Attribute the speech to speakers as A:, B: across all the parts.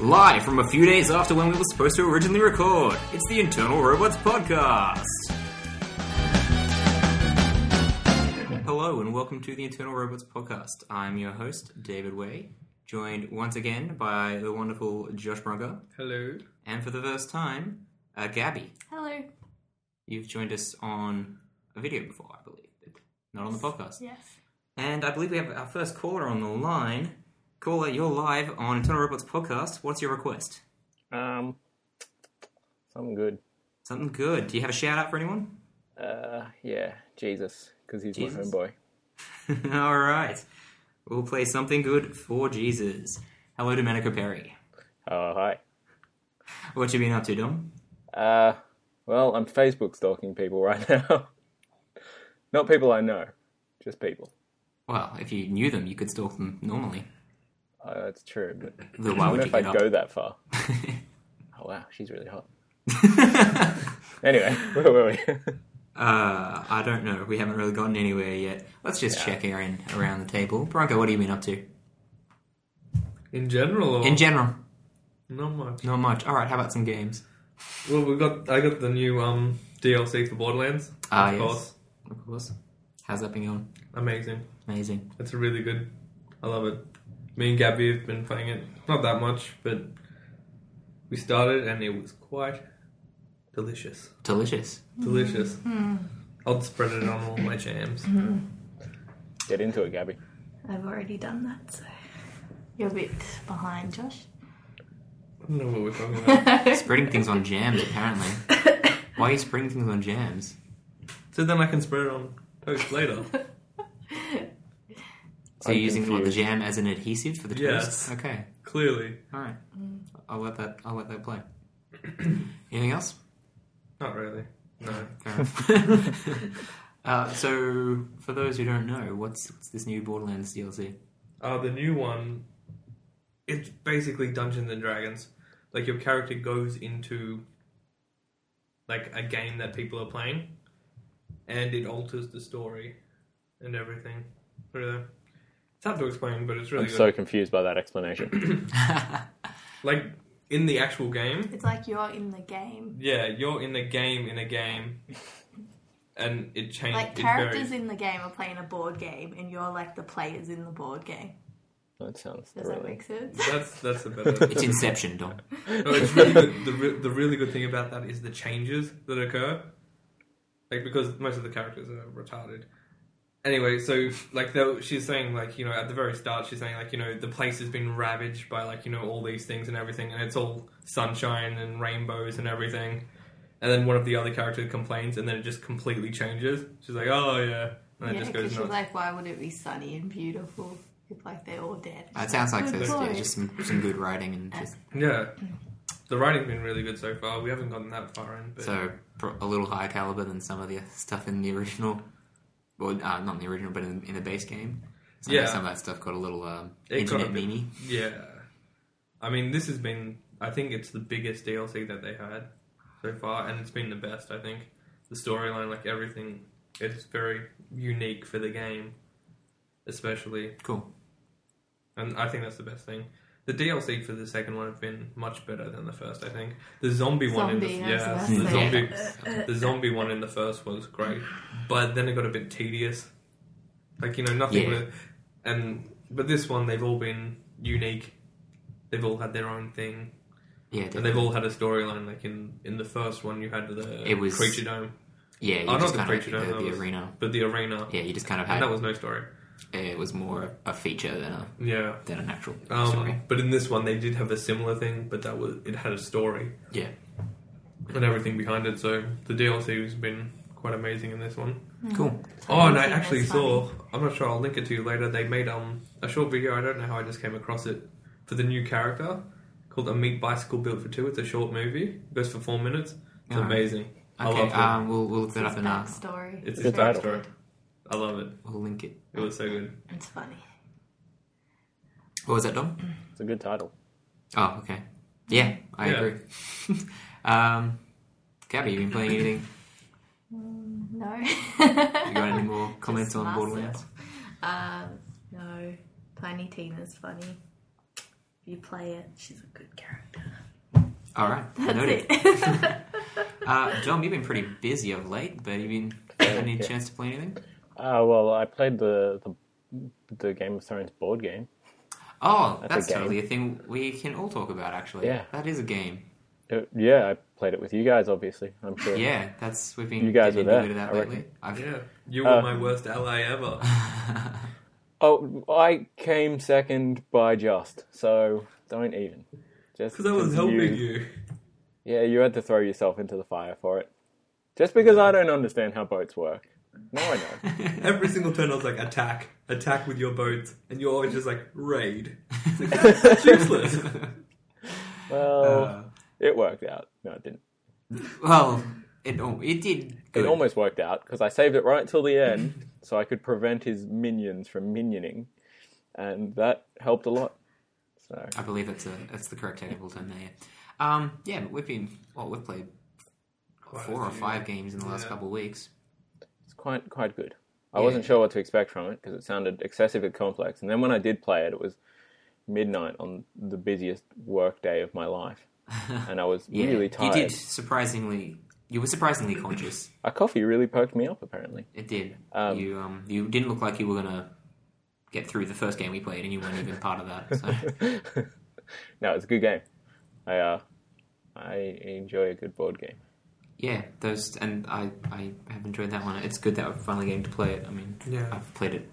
A: Live from a few days after when we were supposed to originally record, it's the Internal Robots Podcast. Hello, and welcome to the Internal Robots Podcast. I'm your host, David Way, joined once again by the wonderful Josh Brunker,
B: Hello.
A: and for the first time, uh, Gabby.
C: Hello.
A: You've joined us on a video before, I believe, not on the podcast.
C: Yes.
A: And I believe we have our first caller on the line. Caller, you're live on Internal Robots Podcast. What's your request?
D: Um, something good.
A: Something good. Do you have a shout out for anyone?
D: Uh, yeah, Jesus, because he's my
A: Jesus?
D: homeboy.
A: All right. We'll play something good for Jesus. Hello, Domenico Perry.
D: Oh, hi.
A: What you been up to, Dom?
D: Uh, well, I'm Facebook stalking people right now. Not people I know, just people.
A: Well, if you knew them, you could stalk them normally.
D: Uh, that's true, but
A: Though
D: I
A: why
D: wonder
A: would you
D: if I'd
A: get
D: go
A: up?
D: that far. oh, wow, she's really hot. Anyway, where were we?
A: uh, I don't know. We haven't really gotten anywhere yet. Let's just check here in around the table. Bronco, what have you been up to?
B: In general, or
A: In general,
B: not much.
A: not much. All right. How about some games?
B: Well, we got I got the new um DLC for Borderlands.
A: Ah,
B: of
A: yes.
B: course,
A: Of course. How's that been going?
B: amazing.
A: Amazing.
B: It's really good. I love it. Me and Gabby have been playing it. Not that much, but we started and it was quite delicious.
A: Delicious.
B: Delicious. I'll spread it on all my jams.
D: Get into it, Gabby.
C: I've already done that, so you're a bit behind, Josh.
B: I don't know what we're talking about.
A: Spreading things on jams, apparently. Why are you spreading things on jams?
B: so then I can spread it on toast later.
A: So
D: I'm
A: you're using what, the
D: confused.
A: jam as an adhesive for the toast?
B: Yes.
A: Okay.
B: Clearly,
A: All right. I'll let that. I'll let that play. Anything else?
B: not really. No.
A: Fair enough. uh, so, for those who don't know, what's, what's this new Borderlands DLC?
B: Uh, the new one, it's basically Dungeons and Dragons. Like your character goes into like a game that people are playing, and it alters the story and everything. Really, it's hard to explain, but it's really
D: I'm
B: good.
D: so confused by that explanation.
B: Like in the actual game,
C: It's like you're in the game.
B: yeah, you're in the game in a game, and it changes.
C: Like characters in the game are playing a board game, and you're like the players in the board game.
D: that sounds
C: Does that
D: thrilling.
C: make sense?
B: That's that's a better.
A: It's Inception, Dom.
B: No, it's really good. The, re- the really good thing about that is the changes that occur. Like, because most of the characters are retarded. Anyway, so, like, though she's saying, like, you know, at the very start, she's saying, like, you know, the place has been ravaged by, like, you know, all these things and everything, and it's all sunshine and rainbows and everything. And then one of the other characters complains, and then it just completely changes. She's like, oh, yeah. And it
C: yeah,
B: just goes
C: because you're
B: nuts.
C: like, why would it be sunny and beautiful if like they're all dead?
A: That Uh, sounds like
C: Good
A: so, yeah,
C: point.
A: just some, some good writing and just,
B: yeah. The writing's been really good so far. We haven't gotten that far in, but.
A: so pro- a little higher caliber than some of the stuff in the original. Well, uh, not in the original, but in, in the base game. Some,
B: Yeah.
A: some of that stuff got a little um,
B: It got a
A: internet
B: bit-
A: meme.
B: Yeah. I mean, this has been, I think it's the biggest DLC that they had so far, and it's been the best, I think. The storyline, like everything, it's very unique for the game, especially,
A: Cool.
B: and I think that's the best thing. The DLC for the second one have been much better than the first, I think. The zombie, one in the,
C: Zombie, I was
B: yeah,
C: about
B: the
C: to
B: zombie,
A: say.
B: the zombie one in the first was great, but then it got a bit tedious. Like you know, nothing.
A: Yeah.
B: With, and but this one, they've all been unique. They've all had their own thing,
A: Yeah,
B: and
A: definitely.
B: they've all had a storyline. Like in in the first one, you had the
A: It was-
B: creature dome,
A: yeah. You
B: Oh,
A: just
B: not
A: kind
B: the
A: of
B: creature,
A: the,
B: no,
A: the
B: that was-
A: arena.
B: but the arena,
A: Yeah, you just kind of
B: and
A: had uh,
B: that was no story.
A: it was more a feature than a
B: Yeah.
A: than an actual story.
B: Um, but in this one, they did have a similar thing, but that was it had a story
A: Yeah.
B: and everything behind it. So the DLC has been quite amazing in this one.
A: Cool.
C: Mm-hmm.
B: Oh, and I
C: Anything
B: actually
C: that's
B: saw. I'm not sure. I'll link it to you later. They made um a short video. I don't know how I just came across it for the new character called "A Meat Bicycle Built for Two. It's a short movie. It goes for four minutes. It's
A: Alright.
B: amazing. I
A: Okay,
B: love it.
A: um, we'll we'll look that
C: It's
A: up
C: his
A: and uh,
C: backstory.
B: it's
D: Good
B: his
D: title.
B: backstory. I love it.
A: we'll link it.
B: It was so good.
C: It's funny.
B: Oh,
A: What was that, Dom?
D: It's a good title.
A: Oh, okay. Yeah, I
B: Yeah.
A: agree. um, Gabby, you been playing anything?
C: No.
A: You got any more comments
C: Just
A: on
C: myself.
A: Borderlands?
C: Um, no. Tiny Tina's funny. you play it, she's a good character.
A: All right,
C: That's
A: noted.
C: it.
A: Uh, Dom, you've been pretty busy of late, but have you been had any
D: Yeah.
A: chance to play anything?
D: Uh, well, I played the, the the Game of Thrones board game.
A: Oh,
D: That's a
A: that's,
D: game.
A: totally a thing we can all talk about. Actually,
D: Yeah.
A: that is a game.
D: It- Uh, yeah, I played it with you guys, obviously. I'm sure.
A: Yeah, that's we've been
D: You guys
A: getting into
D: were
A: a bit
D: there,
A: of that
D: I
A: lately. I've,
B: Yeah, you
D: Uh,
B: were my worst ally ever.
D: Oh, I came second by just, so don't even. Just
B: Because I was helping you.
D: Yeah, you had to throw yourself into the fire for it. Just because I don't understand how boats work. No, I know.
B: Every single turn, I was like, attack, attack with your boats, and you're always just like, raid. It's like, that's useless.
D: well,
A: uh,
D: it worked out. No, it didn't.
A: well, it al- it did. Good.
D: It almost worked out because I saved it right till the end, so I could prevent his minions from minioning, and that helped a lot. So
A: I believe that's a that's the correct technical term there. yeah. Um, yeah, but we've been well, we've played four or five games in the last
B: Yeah.
A: couple of weeks.
D: it's quite quite good. I
A: Yeah.
D: wasn't sure what to expect from it because it sounded excessively complex, and then when I did play it, it was midnight on the busiest work day of my life, and I was
A: Yeah,
D: really tired.
A: You did surprisingly. You were surprisingly conscious.
D: A coffee really poked me up, apparently.
A: It did.
D: Um,
A: you um, you didn't look like you were gonna get through the first game we played, and you weren't even part of that. So.
D: no, it's a good game. I uh, I enjoy a good board game.
A: Yeah, those and I, I have enjoyed that one. It's good that I've finally getting to play it. I mean,
B: Yeah.
A: I've played it,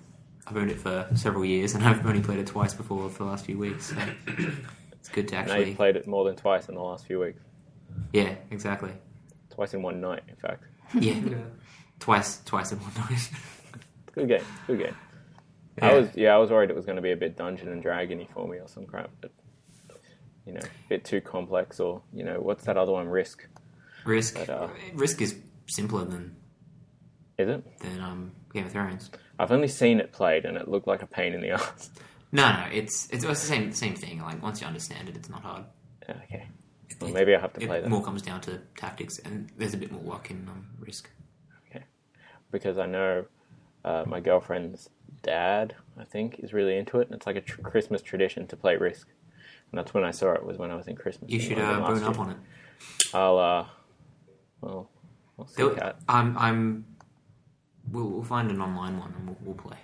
A: I've owned it for several years, and I've only played it twice before for the last few weeks. So it's good to
D: And
A: actually,
D: I played it more than twice in the last few weeks.
A: yeah, exactly,
D: Twice in one night, in fact.
A: yeah,
B: Yeah.
A: twice, twice in one night.
D: It's a good game. Good game.
A: Yeah.
D: I was yeah, I was worried it was going to be a bit Dungeon and Dragony for me or some crap, but you know, a bit too complex or you know, what's that other one? Risk,
A: Risk,
D: But, uh,
A: Risk is simpler than
D: is it?
A: than um, Game of Thrones.
D: I've only seen it played and it looked like a pain in the ass.
A: No, no, it's it's, it's the same same thing. Like once you understand it, it's not hard.
D: okay, well maybe I have to
A: It
D: play that
A: more comes down to tactics, and there's a bit more work in um, Risk.
D: because I know uh, my girlfriend's dad, I think, is really into it, and it's like a tr- Christmas tradition to play Risk. And that's when I saw it was when I was in Christmas.
A: You should uh, bone up on it.
D: I'll uh, well, we'll see
A: Do it.
D: that.
A: I'm. I'm. We'll, we'll find an online one and we'll, we'll play.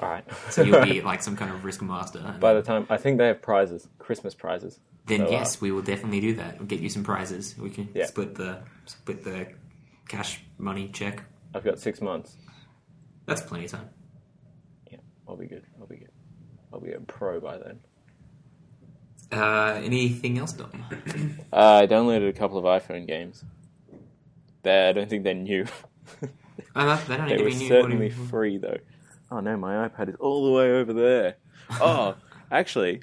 D: All right.
A: So you'll be um, like some kind of risk master. And
D: By the time I think they have prizes, Christmas prizes.
A: then
D: so, uh,
A: yes, we will definitely do that. We'll get you some prizes. We can
D: Yeah.
A: split the split the cash money check.
D: I've got six months.
A: That's plenty of time.
D: Yeah, I'll be good. I'll be good. I'll be a pro by then.
A: Uh, anything else, Dom? Oh,
D: Uh, I downloaded a couple of iPhone games. They, I don't think they're new.
A: Oh, that, they don't need
D: They
A: to
D: were
A: be new.
D: certainly free though. Oh no, my iPad is all the way over there. Oh, actually,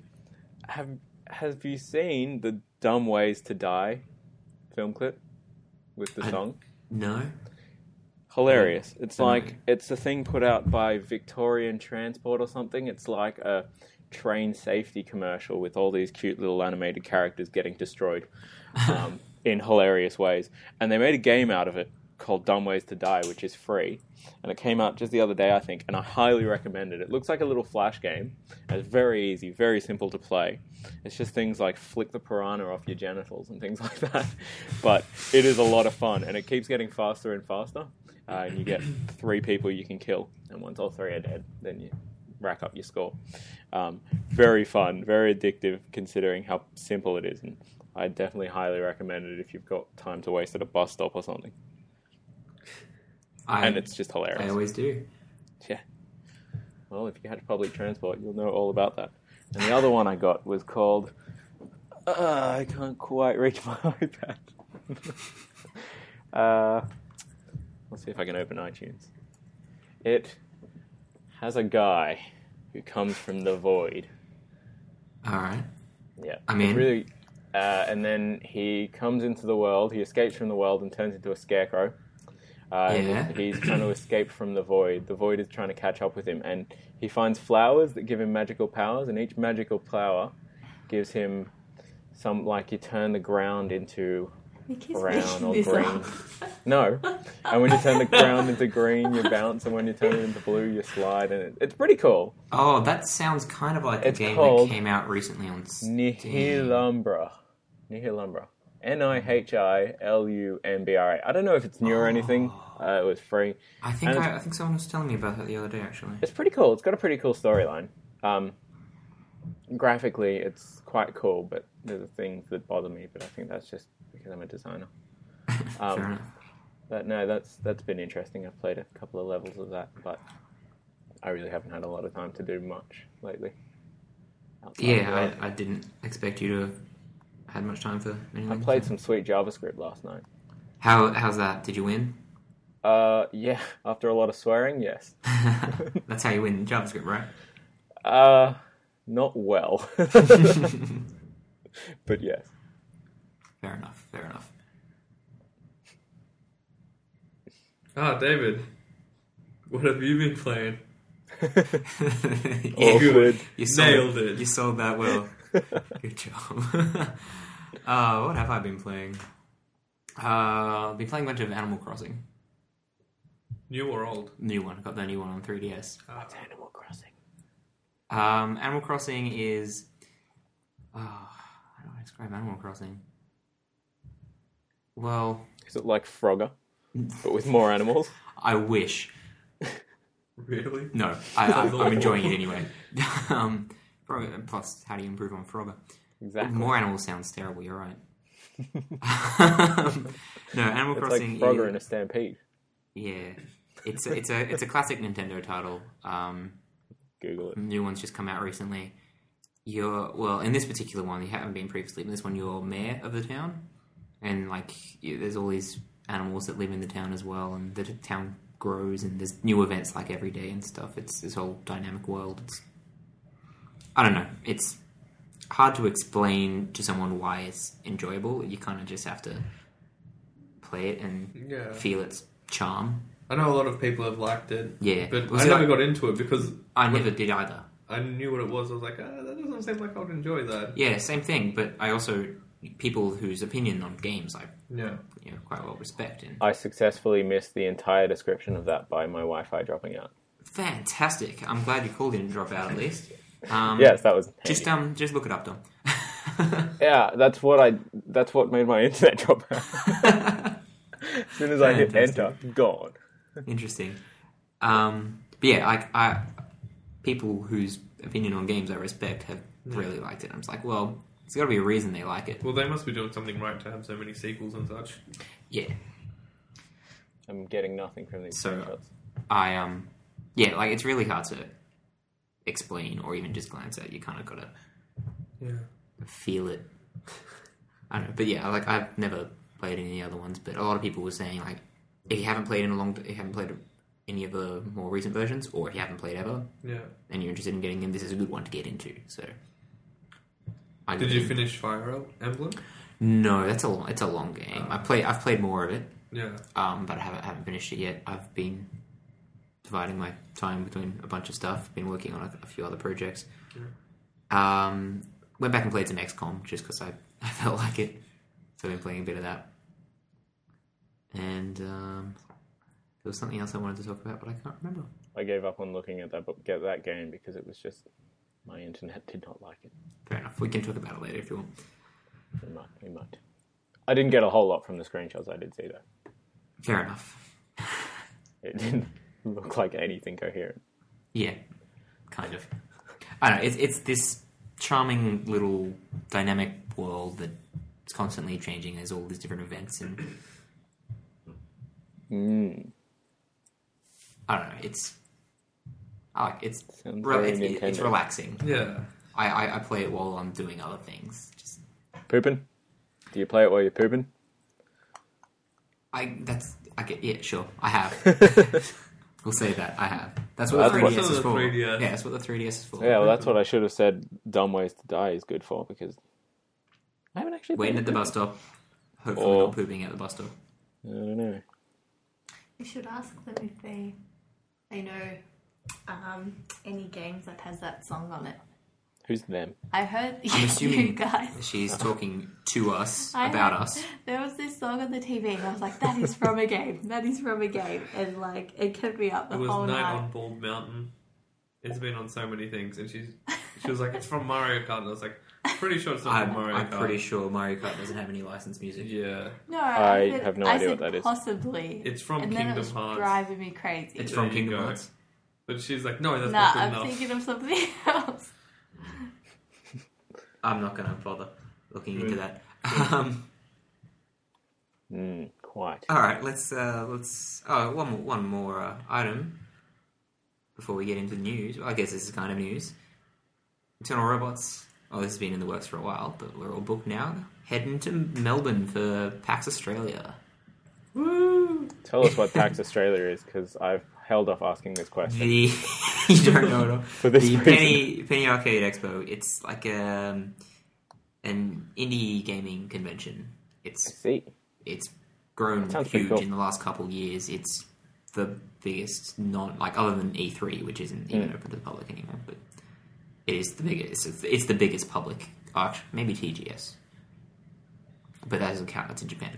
D: have have you seen the "Dumb Ways to Die" film clip with the
A: I-
D: song?
A: no.
D: Hilarious! It's
A: I don't
D: like it's a thing put out by Victorian Transport or something. It's like a train safety commercial with all these cute little animated characters getting destroyed um, in hilarious ways. And they made a game out of it called Dumb Ways to Die, which is free. And it came out just the other day, I think, and I highly recommend it. It looks like a little flash game. And it's very easy, very simple to play. It's just things like flick the piranha off your genitals and things like that. But it is a lot of fun, and it keeps getting faster and faster. Uh, and you get three people you can kill, and once all three are dead, then you rack up your score. Um, very fun, very addictive, considering how simple it is. And I definitely highly recommend it if you've got time to waste at a bus stop or something.
A: I,
D: and it's just
A: I
D: hilarious.
A: always do.
D: Well, if you had public transport, you'll know all about that. And the other one I got was called. Uh, I can't quite reach my iPad. uh, let's see if I can open iTunes. It has a guy who comes from the void.
A: All right.
D: Yeah.
A: I
D: It's
A: mean-
D: really. Uh, and then he comes into the world. He escapes from the world and turns into a scarecrow. Uh, and
A: Yeah.
D: He's trying to escape from the void. The void is trying to catch up with him, and he finds flowers that give him magical powers. And each magical flower gives him some, like you turn the ground into
C: Nikki's
D: Brown
C: making
D: or
C: this
D: green.
C: up.
D: No. And when you turn the ground into green, you bounce, and when you turn it into blue, you slide, and it, it's pretty cool.
A: Oh, that sounds kind of like
D: It's
A: a game
D: called
A: that came out recently on Steam.
D: Nihilumbra. Nihilumbra. N i h i l u m b r a. I don't know if it's new or anything.
A: Ah.
D: Uh, it was free.
A: I think
D: And
A: I, I think someone was telling me about that the other day, actually.
D: It's pretty cool. It's got a pretty cool storyline. Um, graphically, it's quite cool, but there's are things that bother me. But I think that's just because I'm a designer. Um,
A: Fair enough.
D: But no, that's that's been interesting. I've played a couple of levels of that, but I really haven't had a lot of time to do much lately. Outside of uh,
A: Yeah,
D: work.
A: I, I didn't expect you to have had much time for anything.
D: I played some sweet JavaScript last night.
A: How how's that? Did you win?
D: Uh, yeah, after a lot of swearing, yes.
A: That's how you win in JavaScript, right?
D: Uh, not well. but yes.
A: Fair enough. Fair enough.
B: Ah, David, what have you been playing?
A: Yeah,
D: Awkward.
A: You
B: Nailed it.
A: You sold that well. Good job. uh, what have I been playing? Uh, I've been playing a bunch of Animal Crossing.
B: New or old?
A: New one. I got the new one on 3DS.
B: What's
D: Animal Crossing.
A: Um, Animal Crossing is. Uh, how do I describe Animal Crossing? Well,
D: Is it like Frogger, but with more animals?
A: I wish.
B: Really?
A: No, I, I, I'm enjoying it anyway. um, Frogger, and plus, how do you improve on Frogger?
D: Exactly.
A: More animals sounds terrible. You're right. Um, no, Animal
D: It's like
A: Crossing.
D: Frogger
A: is-
D: in a stampede.
A: Yeah, it's a, it's a it's a classic Nintendo title. Um,
D: Google it.
A: new one's just come out recently. You're well in this particular one. You haven't been previously, but this one you're mayor of the town, and like you, there's all these animals that live in the town as well, and the t- town grows, and there's new events like every day and stuff. It's this whole dynamic world. It's I don't know. It's hard to explain to someone why it's enjoyable. You kind of just have to play it and
B: Yeah.
A: feel its charm.
B: I know a lot of people have liked it.
A: Yeah.
B: But
A: Was
B: I
A: it
B: never
A: like-
B: got into it because
A: I never did either.
B: I knew what it was. I was like, ah, that doesn't seem like I would enjoy that.
A: Yeah, same thing. But I also people whose opinion on games I
B: Yeah.
A: you know, quite well respect. And
D: I successfully missed the entire description of that by my Wi-Fi dropping out.
A: fantastic. I'm glad you called in to drop out at least. Um,
D: Yes, that was. handy.
A: Just uh, um, just look it up, Dom.
D: Yeah, that's what I. That's what made my internet drop out. as soon as I hit enter,
A: Fantastic.
D: gone.
A: Interesting. Um, but yeah, like I people whose opinion on games I respect have really liked it. I'm just like, well, there's got to be a reason they like it.
B: Well, they must be doing something right to have so many sequels and such.
A: Yeah.
D: I'm getting nothing from these
A: So-
D: screenshots.
A: I um yeah, like it's really hard to explain or even just glance at. You kind of got to
B: Yeah.
A: feel it. I don't know, but yeah, like I've never played any other ones, but a lot of people were saying like if you haven't played in a long, if you haven't played any of the more recent versions, or if you haven't played ever,
B: Yeah.
A: and you're interested in getting in, this is a good one to get into. So, I
B: Did
A: got
B: you
A: in.
B: finish Fire Emblem?
A: No, that's a long, it's a long game.
B: Oh.
A: I play, I've played more of it,
B: Yeah.
A: um, but I haven't haven't finished it yet. I've been dividing my time between a bunch of stuff. Been working on a, a few other projects. Um, went back and played some XCOM just because I, I felt like it. So I've been playing a bit of that. And um, there was something else I wanted to talk about, but I can't remember.
D: I gave up on looking at that book, get that game because it was just my internet did not like it.
A: Fair enough. We can talk about it later if you want.
D: We might, we might. I didn't get a whole lot from the screenshots I did see though.
A: Fair enough.
D: It didn't look like anything coherent.
A: Yeah, kind of. I don't know. It's it's this charming little dynamic world that it's constantly changing. There's all these different events, and
D: Mm.
A: I don't know. It's I like it's
D: Sounds
A: re-
D: very
A: it's, it- it's
D: Nintendo.
A: relaxing.
B: Yeah.
A: I, I I play it while I'm doing other things. Just
D: Pooping? Do you play it while you're pooping?
A: I that's I get yeah sure I have. we'll say that I have. That's what
D: That's
A: the
D: what-
A: 3ds
B: That's
A: is
B: the
A: for.
B: 3DS.
A: Yeah, that's what the 3ds is for.
D: Yeah, well, that's what I should have said. Dumb ways to die is good for because I haven't actually.
A: Waiting
D: played
A: at the
D: it.
A: bus stop. Hopefully
D: Or-
A: not pooping at the bus stop.
D: I don't know.
C: You should ask them if they they know um, any games that has that song on it.
D: Who's them?
C: I heard
A: I'm
C: you
A: assuming
C: guys.
A: she's talking to us
C: I
A: about
C: know.
A: us.
C: There was this song on the TV, and I was like, "That is from a game. That is from a game." And like, it kept me up the
B: It was
C: whole
B: Night
C: night.
B: on Bald Mountain. It's been on so many things, and she's she was like, "It's from Mario Kart." And I was like, "Pretty sure it's not
A: I'm,
B: from Mario
A: I'm
B: Kart."
A: pretty sure Mario Kart doesn't have any licensed music.
B: Yeah,
C: No,
D: I
C: said-
D: have no
C: I
D: idea
C: said
D: what that is.
C: Possibly.
B: it's from
C: and then it
B: Kingdom
C: was
B: Hearts.
C: driving me crazy.
A: It's
B: There
A: from
B: you
A: Kingdom
B: go.
A: Hearts.
B: But she's like, "No, that's
C: nah,
B: not good
C: I'm
B: enough."
C: thinking of something else.
A: I'm not going to bother looking into
B: Good.
A: that. Um,
D: Mm, quite.
A: all right, let's uh, let's. Oh, one more, one more uh, item before we get into the news. Well, I guess this is kind of news. Eternal Robots. Oh, this has been in the works for a while, but we're all booked now. Heading to Melbourne for PAX Australia.
D: Tell us what PAX Australia is, because I've held off asking this question.
A: The you don't know it all.
D: For this
A: the
D: reason.
A: Penny Penny Arcade Expo. It's like um an indie gaming convention.
D: I
A: It's
D: see.
A: it's grown
D: That sounds pretty
A: huge
D: cool.
A: in the last couple of years. It's the biggest non like other than E three, which isn't even open to the public anymore, but it is the biggest. It's, it's the biggest public art, maybe TGS, but that doesn't count. That's in Japan.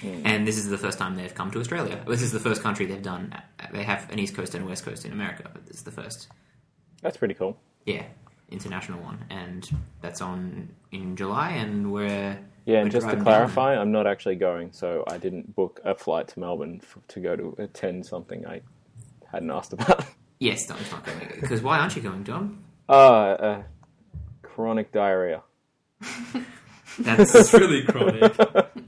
D: Hmm.
A: And this is the first time they've come to Australia. This is the first country they've done. They have an East Coast and a West Coast in America, but this is the first,
D: That's pretty cool.
A: yeah, international one. And that's on in July, and we're
D: Yeah,
A: we're
D: and just to
A: driving
D: clarify, I'm not actually going, so I didn't book a flight to Melbourne f- to go to attend something I hadn't asked about.
A: down. yes, Dom's not going because why aren't you going, Dom?
D: Uh, uh, chronic diarrhea.
A: That's
B: It's really chronic.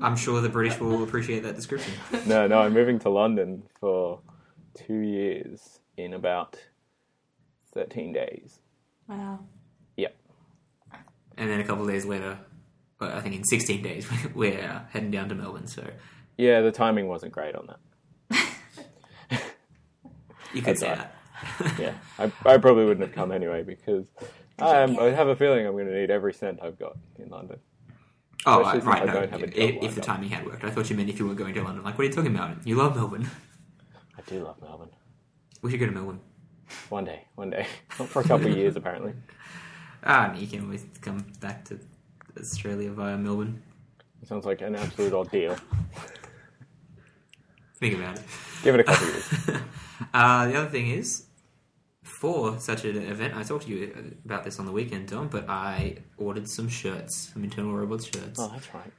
A: I'm sure the British will appreciate that description.
D: No, no, I'm moving to London for two years in about 13 days.
C: Wow.
D: Yeah.
A: And then a couple of days later, well, I think in 16 days, we're uh, heading down to Melbourne. So
D: Yeah, the timing wasn't great on that.
A: you could
D: That's
A: say
D: right.
A: that.
D: Yeah, I, I probably wouldn't have come anyway because I, am,
C: Yeah.
D: I have a feeling I'm going to need every cent I've got in London.
A: Oh,
D: Especially
A: right,
D: since
A: right,
D: I
A: no.
D: don't have a
A: If,
D: job
A: if
D: lined
A: the
D: up.
A: timing had worked, I thought you meant if you were going to London. Like, what are you talking about? You love Melbourne.
D: I do love Melbourne.
A: We should go to Melbourne.
D: One day, one day. Not for a couple of years, apparently.
A: Ah, no, you can always come back to Australia via Melbourne.
D: It sounds like an absolute ordeal.
A: Think about it.
D: Give it a couple of years.
A: Uh, the other thing is, for such an event, I talked to you about this on the weekend, Dom, but I ordered some shirts, some internal robots shirts.
D: Oh, that's right.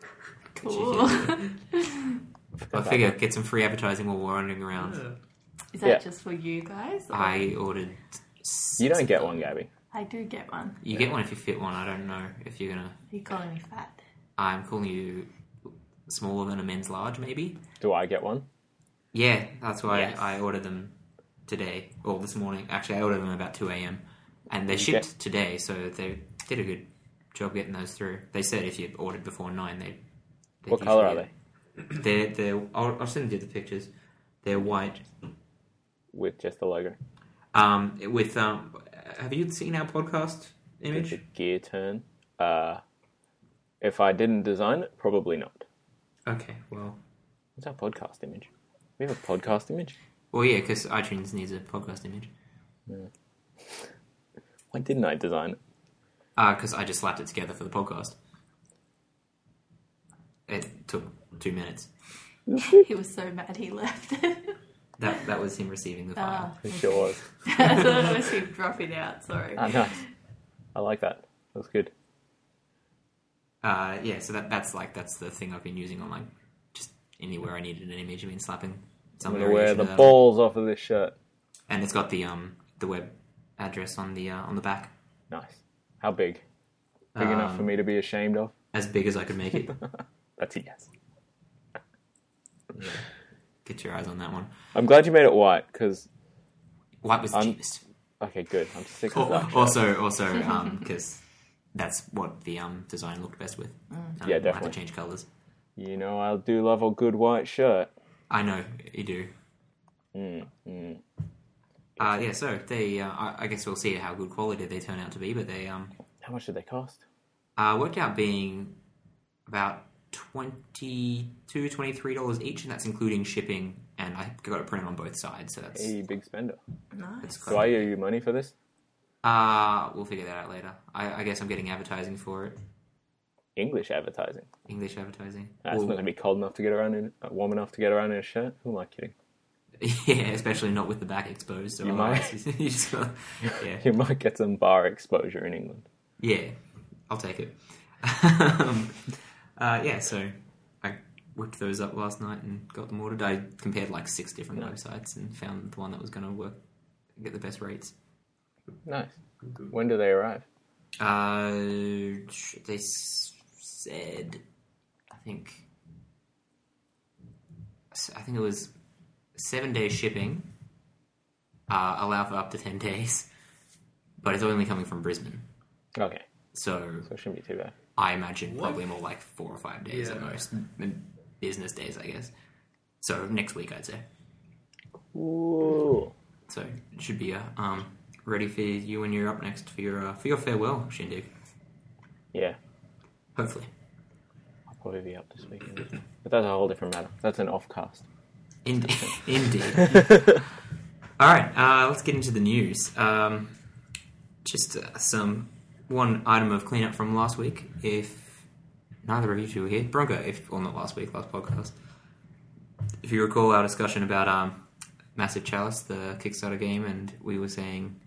C: Cool.
A: I
D: Forgot about
A: figure
D: that.
A: get some free advertising while we're wandering around.
B: Yeah.
C: Is that
D: Yeah.
C: just for you guys? or-
A: I ordered. six
D: You don't
A: of
D: get
A: them.
D: one, Gabby.
C: I do get one.
A: You get one if you fit one. I don't know if you're gonna.
C: Are you calling me fat?
A: I'm calling you smaller than a men's large, maybe.
D: Do I get one?
A: Yeah, that's why
D: Yes.
A: I ordered them today or this morning. Actually, I ordered them about two a.m. and they
D: Okay.
A: shipped today, so they did a good job getting those through. They said if you ordered before nine, they. they'd
D: What colour are
A: usually-
D: they?
A: They're they're. I'll, I'll send you the pictures. They're white.
D: With just the logo.
A: Um, with um, have you seen our podcast
D: Did the
A: image?
D: gear turn? Uh, if I didn't design it, probably not.
A: Okay, well,
D: What's our podcast image? We have a podcast image?
A: well, yeah, because iTunes needs a podcast image.
D: Why didn't I design it?
A: because Uh, I just slapped it together for the podcast. It took two minutes.
C: He was so mad he left.
A: That that was him receiving the file.
C: Ah,
D: It sure was.
C: I thought it was him dropping out. Sorry.
D: Ah, nice. I like that. That's good.
A: Uh, yeah, so that that's like that's the thing I've been using on like just anywhere I needed an image. I've been slapping some
D: I'm going to wear
A: variation
D: the
A: of that on.
D: balls off of this shirt.
A: and it's got the um the web address on the uh, on the back
D: Nice. How big? Big enough for
A: Um,
D: me to be ashamed of?
A: as big as I could make it.
D: That's a yes.
A: Get your eyes on that one.
D: I'm glad you made it white because,
A: White was the
D: I'm-
A: cheapest.
D: okay, good. I'm sick of
A: Al-
D: black. shirts.
A: Also, also because that's what the um design looked best with. Um, I
D: Yeah,
A: don't have to
D: definitely.
A: change colors.
D: You know, I do love a good white shirt.
A: I know you do.
D: Mm, mm.
A: Uh, yeah, so they, uh, I, I guess we'll see how good quality they turn out to be, but they um,
D: How much did they cost?
A: uh, worked out being about $22, $23 each, and that's including shipping, and I got it printed on both sides, so that's,
D: Hey, big spender.
C: Nice.
A: that's
D: Do I
A: quite,
D: owe you money for this?
A: Uh, we'll figure that out later. I, I guess I'm getting advertising for it.
D: English advertising.
A: English advertising.
D: That's
A: Well,
D: not going to be cold enough to get around in, uh, warm enough to get around in a shirt. Who am I kidding?
A: yeah, especially not with the back exposed. Or
D: You might.
A: otherwise you just gotta- yeah.
D: You might get some bar exposure in England.
A: Yeah, I'll take it. um, uh, yeah, so I whipped those up last night and got them ordered. I compared like six different
D: Nice.
A: websites and found the one that was going to work, get the best rates.
D: Nice. When do they arrive?
A: Uh, sh- they s- said, I think, s- I think it was seven days shipping. Uh, allow for up to ten days, but it's only coming from Brisbane,
D: Okay,
A: so
D: so it shouldn't be too bad.
A: I imagine
B: What?
A: probably more like four or five days at
B: Yeah.
A: most, and business days, I guess. So next week, I'd say.
D: Ooh.
A: So it should be uh, um ready for you when you're up next for your uh, for your farewell shindig.
D: Yeah,
A: Hopefully,
D: I'll probably be up this weekend. But that's a whole different matter. That's an offcast.
A: indeed, indeed. All right, uh, let's get into the news. Um, just uh, some one item of cleanup from last week. If neither of you two were here, Bronco, if or not last week, last podcast. If you recall our discussion about um, Massive Chalice, the Kickstarter game, and we were saying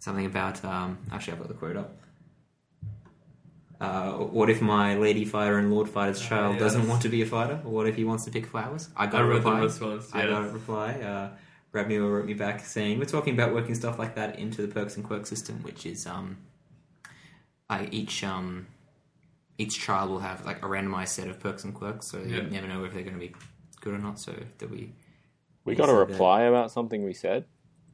A: something about um, actually I've got the quote up. Uh, what if my lady fighter and lord fighter's
B: Oh,
A: child
B: yes.
A: doesn't want to be a fighter? Or what if he wants to pick flowers? I got
B: I
A: a
B: read the
A: reply.
B: response.
A: I got a
B: Yeah.
A: reply. Uh, Brad Mueller wrote me back saying, We're talking about working stuff like that into the perks and quirks system, which is um, I, each um, each child will have like a randomized set of perks and quirks, so
B: Yeah.
A: you never know if they're going to be good or not. So that we
D: We
A: You
D: got a
A: said that.
D: reply about something we said.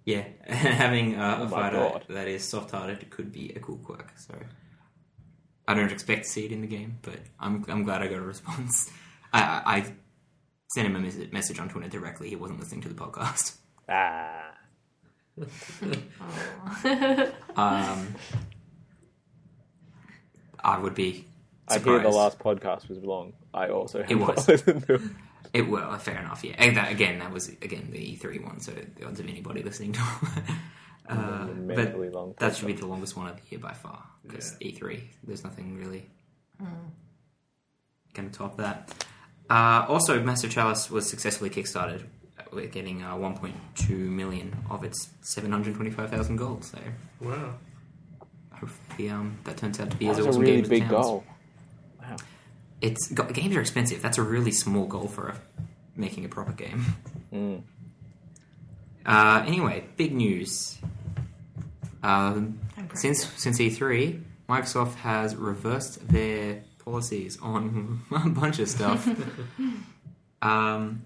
A: yeah, having uh,
D: Oh
A: a
D: my
A: fighter
D: God.
A: that is soft-hearted could be a cool quirk. So I don't expect to see it in the game, but I'm I'm glad I got a response. I, I, I sent him a mes- message on Twitter directly. He wasn't listening to the podcast.
D: Ah.
A: Um, I would be
D: I
A: surprised.
D: hear the last podcast was long. I also have not
A: was.
D: listened to it.
A: It well, fair enough. Yeah, and that, again, that was again the E3 one, so the odds of anybody listening to. uh, but
D: Mentally long.
A: that should be the longest one of the year by far because
B: Yeah.
A: E3. There's nothing really going to top that. Uh, also, Master Chalice was successfully kickstarted. We're getting uh, 1.2 million of its 725,000 gold. So
B: Wow.
A: hopefully, um, that turns out to be
D: That
A: as
D: was a
A: awesome
D: really
A: game as it
D: big
A: sounds.
D: goal. Wow.
A: It's go- games are expensive. That's a really small goal for a, making a proper game.
D: Mm.
A: Uh, anyway, big news. Um,
C: I'm proud
A: since since E3, Microsoft has reversed their policies on a bunch of stuff. um,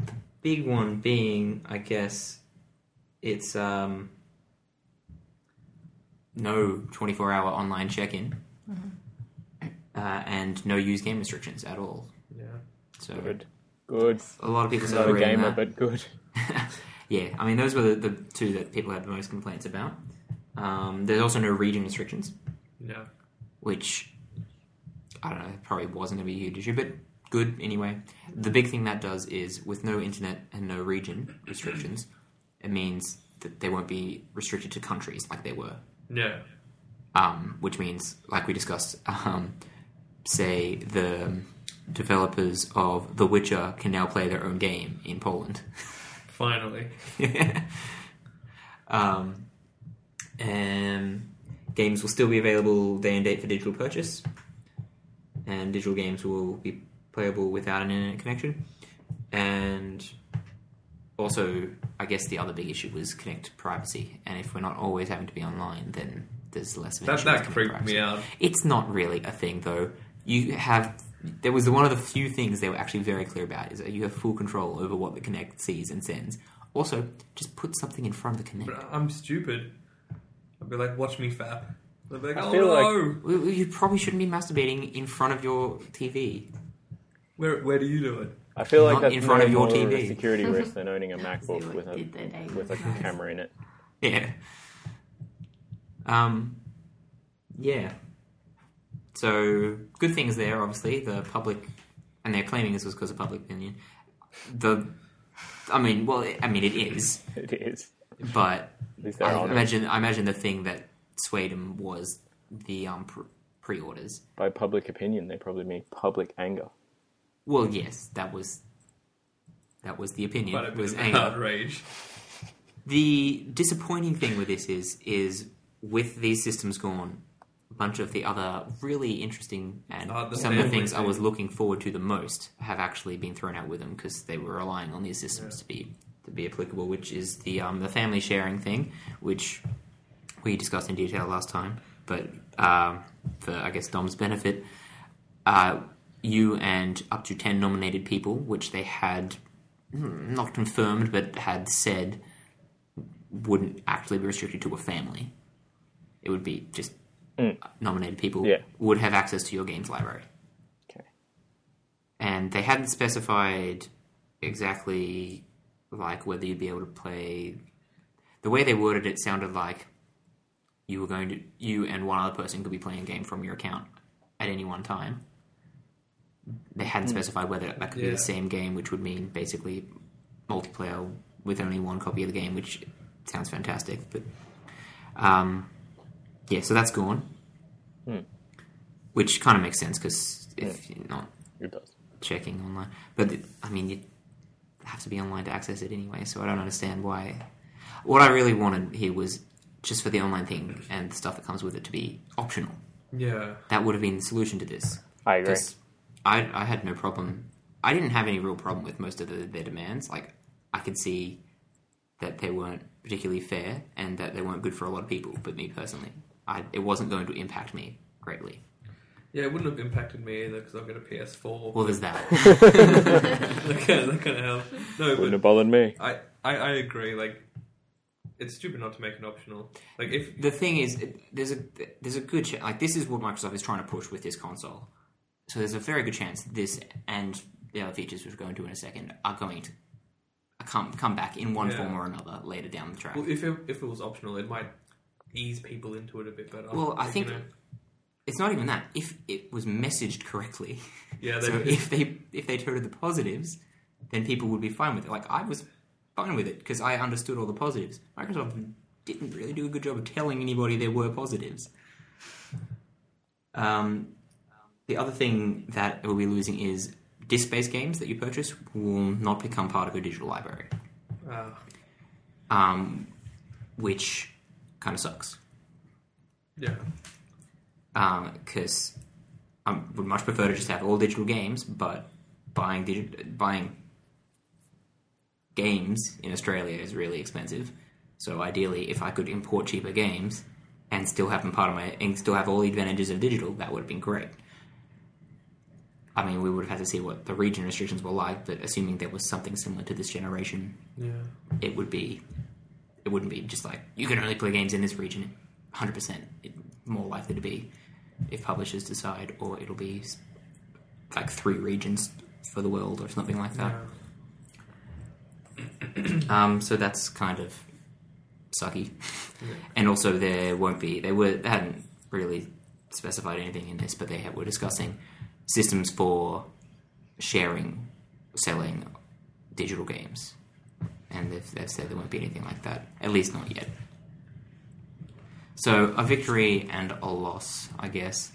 A: the big one being, I guess, it's um, no 24 hour online check in uh, and no use game restrictions at all.
B: Yeah.
A: So
D: Good. Good.
A: a lot of people
D: Not a
A: celebrating
D: gamer,
A: that.
D: but good.
A: yeah, I mean, those were the, the two that people had the most complaints about. Um, there's also no region restrictions,
B: Yeah.
A: which I don't know, probably wasn't going to be a huge issue, but good anyway. The big thing that does is with no internet and no region restrictions, it means that they won't be restricted to countries like they were
B: Yeah.
A: um, which means, like we discussed, um, say the developers of The Witcher can now play their own game in Poland.
B: Finally.
A: um, and games will still be available day and date for digital purchase, and digital games will be playable without an internet connection. And also, I guess the other big issue was connect privacy. And if we're not always having to be online, then there's less of an
B: That
A: issue with
B: that
A: Kinect
B: creeped
A: privacy.
B: me out.
A: It's not really a thing, though. You have there was one of the few things they were actually very clear about is that you have full control over what the Kinect sees and sends. Also, just put something in front of the
B: But
A: Kinect.
B: I'm stupid. I'd be like, watch me fap. I'd be like,
D: I
B: oh
D: feel like-
B: no.
A: Well, You probably shouldn't be masturbating in front of your TV.
B: Where where do you do it?
D: I feel like
A: Not
D: that's
A: in front of
D: more
A: your
D: of a
A: TV.
D: security risk than owning a
C: See
D: MacBook
C: what
D: with a
C: did there, Dave.
D: with a
C: Nice.
D: camera in it.
A: Yeah. Um. Yeah. So good things there. Obviously, the public, and they're claiming this was because of public opinion. The, I mean, well, I mean, it is,
D: It is.
A: but
D: At least they're
A: I
D: honest.
A: imagine I imagine the thing that Sweden was the um, pr- pre-orders.
D: By public opinion, they probably mean public anger.
A: Well, yes, that was that was the opinion.
B: Quite a bit
A: was
B: of
A: anger.
B: outrage.
A: The disappointing thing with this is is with these systems gone, a bunch of the other really interesting and
B: Ah, the
A: some of the
B: family
A: things I was
B: thing.
A: looking forward to the most have actually been thrown out with them because they were relying on these systems to be to be applicable, which is the um, the family sharing thing, which we discussed in detail last time, but um, for I guess Dom's benefit, uh, you and up to ten nominated people, which they had hmm, not confirmed but had said wouldn't actually be restricted to a family. It would be just nominated people
D: Mm. Yeah.
A: would have access to your games library.
D: Okay.
A: And they hadn't specified exactly like whether you'd be able to play. The way they worded it sounded like you were going to you and one other person could be playing a game from your account at any one time. They hadn't specified whether that could be
B: Yeah.
A: the same game, which would mean basically multiplayer with only one copy of the game, which sounds fantastic. But um, yeah, so that's gone, which kind of makes sense because if you're not
D: It does.
A: checking online. But it- I mean, you have to be online to access it anyway, so I don't understand why. What I really wanted here was just for the online thing and the stuff that comes with it to be optional.
B: Yeah.
A: That would have been the solution to this.
D: I agree.
A: 'Cause I, I had no problem. I didn't have any real problem with most of the, their demands. Like, I could see that they weren't particularly fair and that they weren't good for a lot of people, but me personally, I, it wasn't going to impact me greatly.
B: Yeah, it wouldn't have impacted me either because I've got a PS4.
A: Well, there's that.
B: that kind of, that kind of helps. No,
D: Wouldn't
B: but
D: have bothered me.
B: I, I, I agree. Like, it's stupid not to make it optional. Like, if
A: the thing is, it- there's a there's a good chance. Like this is what Microsoft is trying to push with this console. So there's a very good chance that this and the other features which we're going to in a second are going to come come back in one
B: Yeah.
A: form or another later down the track.
B: well, if it, if it was optional, it might ease people into it a bit better.
A: Well, I
B: Like,
A: think-
B: Oh, you know,
A: it's not even that. If it was messaged correctly,
B: yeah, they
A: so if they if they toted the positives, then people would be fine with it. Like I was fine with it because I understood all the positives. Microsoft didn't really do a good job of telling anybody there were positives. Um, the other thing that we'll be losing is disc-based games that you purchase will not become part of your digital library,
B: uh,
A: um, which kind of sucks
B: yeah,
A: because Um, I would much prefer to just have all digital games, but buying digi- buying games in Australia is really expensive. So ideally, if I could import cheaper games and still have them part of my and still have all the advantages of digital, that would have been great. I mean, we would have had to see what the region restrictions were like, but assuming there was something similar to this generation,
B: yeah,
A: it would be it wouldn't be just like you can only play games in this region 100% it, more likely to be if publishers decide or it'll be s- like three regions for the world or something like that
B: yeah.
A: um, so that's kind of sucky and also there won't be they were they hadn't really specified anything in this but they had, were discussing systems for sharing selling digital games and they've, they've said there won't be anything like that at least not yet so a victory and a loss i guess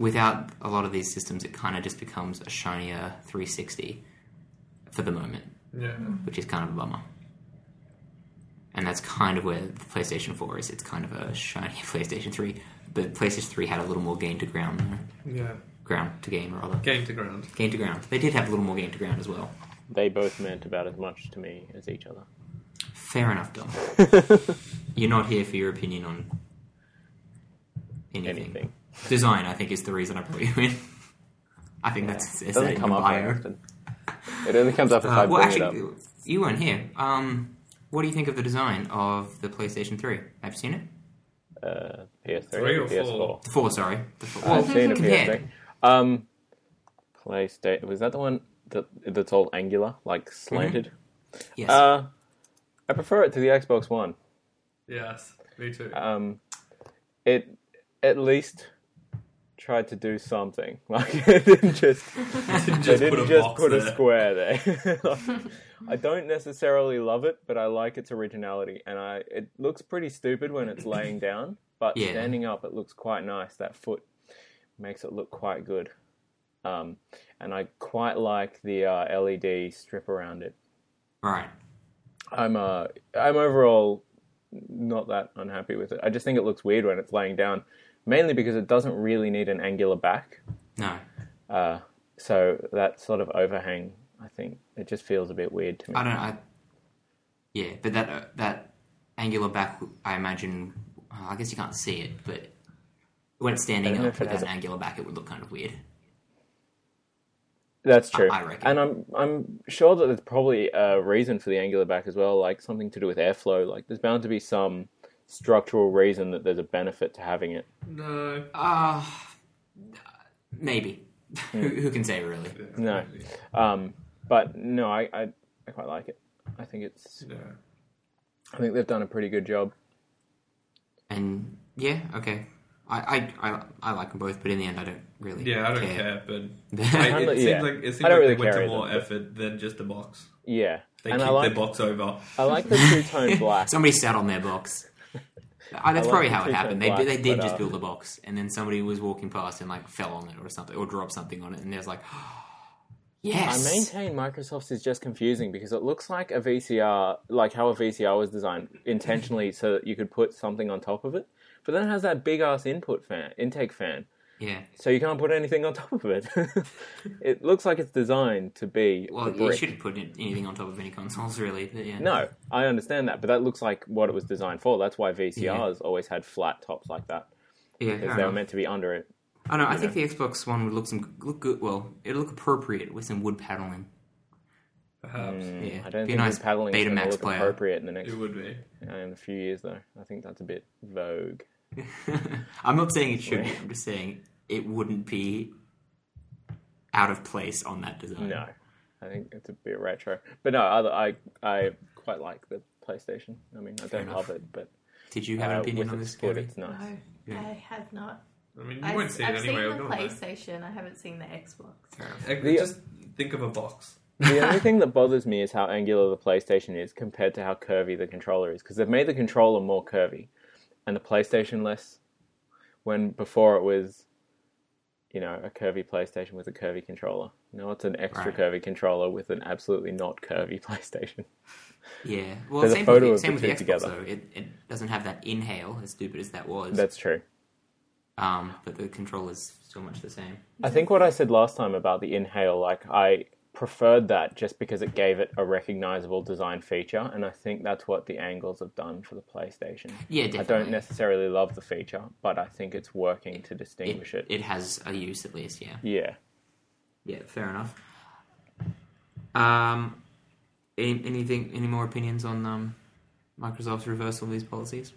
A: without a lot of these systems it kind of just becomes a shinier 360 for the moment
B: yeah.
A: which is kind of a bummer. And that's kind of where the PlayStation 4 is. It's kind of a shiny PlayStation 3, but PlayStation 3 had a little more game to ground, uh,
B: Yeah,
A: ground to game rather.
B: game to ground.
A: Game to ground. They did have a little more game to ground as well.
D: They both meant about as much to me as each other.
A: Fair enough, Dom. You're not here for your opinion on anything.
D: Anything.
A: Design, I think, is the reason I probably win. I think that's
D: it
A: it's
D: doesn't
A: that
D: come
A: in
D: up
A: bio.
D: very often. It only comes up if I
A: Uh,
D: bring
A: well,
D: it up.
A: actually, you weren't here. Um, what do you think of the design of the PlayStation 3? Have you seen it?
D: Uh, PS3
B: Three or
D: PS4.
B: four?
A: The four, sorry. The four.
D: I've seen a
A: compared.
D: PS3. Um, PlayStation. Was that the one that that's all angular, like slanted?
A: Yes.
D: Uh, I prefer it to the Xbox One.
B: Yes, me too.
D: Um, it at least tried to do something. Like it didn't just
B: Didn't
D: they didn't just
B: box
D: put a
B: there.
D: square there. Like, I don't necessarily love it, but I like its originality, and I it looks pretty stupid when it's laying down. But
A: Yeah.
D: standing up, it looks quite nice. That foot makes it look quite good. Um, and I quite like the uh, LED strip around it.
A: Right.
D: I'm uh, I'm overall not that unhappy with it. I just think it looks weird when it's laying down, mainly because it doesn't really need an angular back.
A: No.
D: Uh, so that sort of overhang, I think, it just feels a bit weird to me.
A: I don't. I. Yeah, but that uh, that angular back, I imagine. Uh, I guess you can't see it, but when it's
D: I
A: standing
D: don't know
A: up
D: if it
A: without
D: has
A: an angular back, it would look kind of weird.
D: That's true.
A: I reckon.
D: And I'm I'm sure that there's probably a reason for the angular back as well, like something to do with airflow. Like there's bound to be some structural reason that there's a benefit to having it.
B: No.
A: Uh, maybe. who, who can say really?
B: Yeah,
D: No.
B: really.
D: Um, but no, I, I I quite like it. I think it's
B: No.
D: I think they've done a pretty good job.
A: And yeah, okay. I I, I, I like them both, but in the end, I don't really.
B: Yeah, I don't care, but
A: care.
B: I, it
D: don't-
B: seems
D: yeah.
B: like it seems
D: I
B: like
D: don't really
B: they went to
D: care
B: more
D: either,
B: effort than just a box.
D: Yeah.
B: They
D: and
B: kicked
D: I like
B: their box over.
D: I like the two tone black.
A: somebody sat on their box. Uh, that's
D: like
A: probably
D: the
A: how it
D: two-tone
A: happened. They,
D: black,
A: they did
D: but,
A: just
D: uh,
A: build a box, and then somebody was walking past and like fell on it or something, or dropped something on it, and there's like,
D: I
A: yes,
D: maintain Microsoft's is just confusing because it looks like a VCR, like how a VCR was designed intentionally so that you could put something on top of it, but then it has that big ass input fan, intake fan,
A: yeah.
D: so you can't put anything on top of it. it looks like it's designed to be
A: Well,
D: a
A: you
D: brick.
A: shouldn't put it- anything on top of any consoles, really. But yeah.
D: No, I understand that, but that looks like what it was designed for. That's why VCRs
A: Yeah.
D: always had flat tops like that
A: yeah, fair
D: because they were
A: enough.
D: meant to be under it.
A: I know. I
D: you
A: think the Xbox One would look some look good. Well, it'd look appropriate with some wood paneling.
B: Perhaps
A: Yeah,
D: Mm, I don't
A: be a
D: think
A: nice
D: the paddling is going to
A: Betamax
D: look
A: player.
D: appropriate in the next uh,
B: it would be.
D: in a few years, though. I think that's a bit vogue.
A: I'm not saying it should be. I'm just saying it wouldn't be out of place on that design.
D: No, I think it's a bit retro. But no, I I, I quite like the PlayStation. I mean, I don't
A: enough.
D: love it, but
A: Did you have an
D: uh,
A: opinion
D: with
A: on
D: its
A: this,
D: split,
A: Gabby?
D: it's nice.
C: No,
A: Yeah.
C: I have not.
B: I mean, you
C: I've,
B: won't see
C: I've
B: it anyway.
C: seen the
B: we don't know.
C: PlayStation. I haven't seen the Xbox.
A: Fair enough.
B: Like,
D: The-
B: Just think of a box.
D: The only thing that bothers me is how angular the PlayStation is compared to how curvy the controller is, because they've made the controller more curvy, and the PlayStation less. When before it was, you know, a curvy PlayStation with a curvy controller. Now it's an extra
A: Right.
D: curvy controller with an absolutely not curvy PlayStation.
A: Yeah. Well,
D: There's a
A: same, with,
D: photo of
A: the, same
D: the
A: with the
D: two
A: Xbox
D: together.
A: though. It, it doesn't have that inhale, as stupid as that was.
D: That's true.
A: um, but the controller's still much the same.
D: I think what I said last time about the inhale, like I preferred that just because it gave it a recognizable design feature, and I think that's what the angles have done for the PlayStation.
A: Yeah,
D: I
A: definitely.
D: don't necessarily love the feature, but I think it's working to distinguish it.
A: it, it has a use at least. Yeah.
D: Yeah.
A: Yeah. Fair enough. Um, any, anything? Any more opinions on um, Microsoft's reversal of these policies?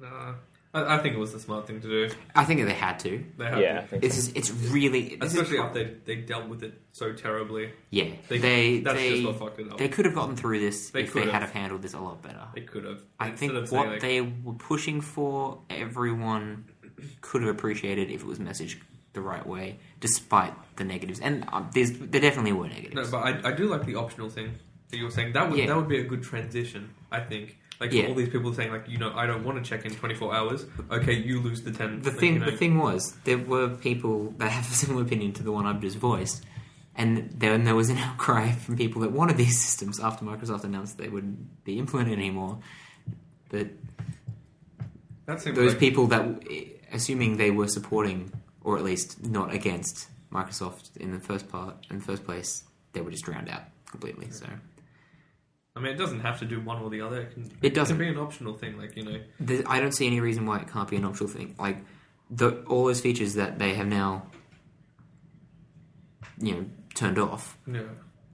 B: Nah, I, I think it was the smart thing to do.
A: I think that they had to.
B: They had
D: yeah, I
B: to.
D: think
A: It's just, it's really this is
B: especially
A: pro-
B: after they they dealt with it so terribly.
A: yeah they
B: They,
A: they
B: that's
A: they,
B: just what fucked it up.
A: could have gotten through this
B: They
A: if
B: could
A: they
B: have.
A: had have handled this a lot better.
B: They could have.
A: I
B: Instead
A: think
B: of
A: what
B: saying, like,
A: they were pushing for, everyone could have appreciated if it was messaged the right way, despite the negatives. And uh, there's, there definitely were
B: No,
A: negatives.
B: but I, I do like the optional thing that you were saying. That would
A: Yeah.
B: that would be a good transition, I think. Like for
A: Yeah.
B: all these people saying like, you know, I don't want to check in twenty four hours. Okay, you lose the ten.
A: the
B: like,
A: thing,
B: you know.
A: the thing was, there were people that have a similar opinion to the one I've just voiced, and then there was an outcry from people that wanted these systems after Microsoft announced they wouldn't be implemented anymore. But
B: that seems
A: those
B: like,
A: people that, assuming they were supporting or at least not against Microsoft in the first part, in the first place, they were just drowned out completely. So
B: I mean, it doesn't have to do one or the other. It, can,
A: It doesn't.
B: can be an optional thing, like you know.
A: the, I don't see any reason why it can't be an optional thing. Like the, all those features that they have now, you know, turned off.
B: Yeah.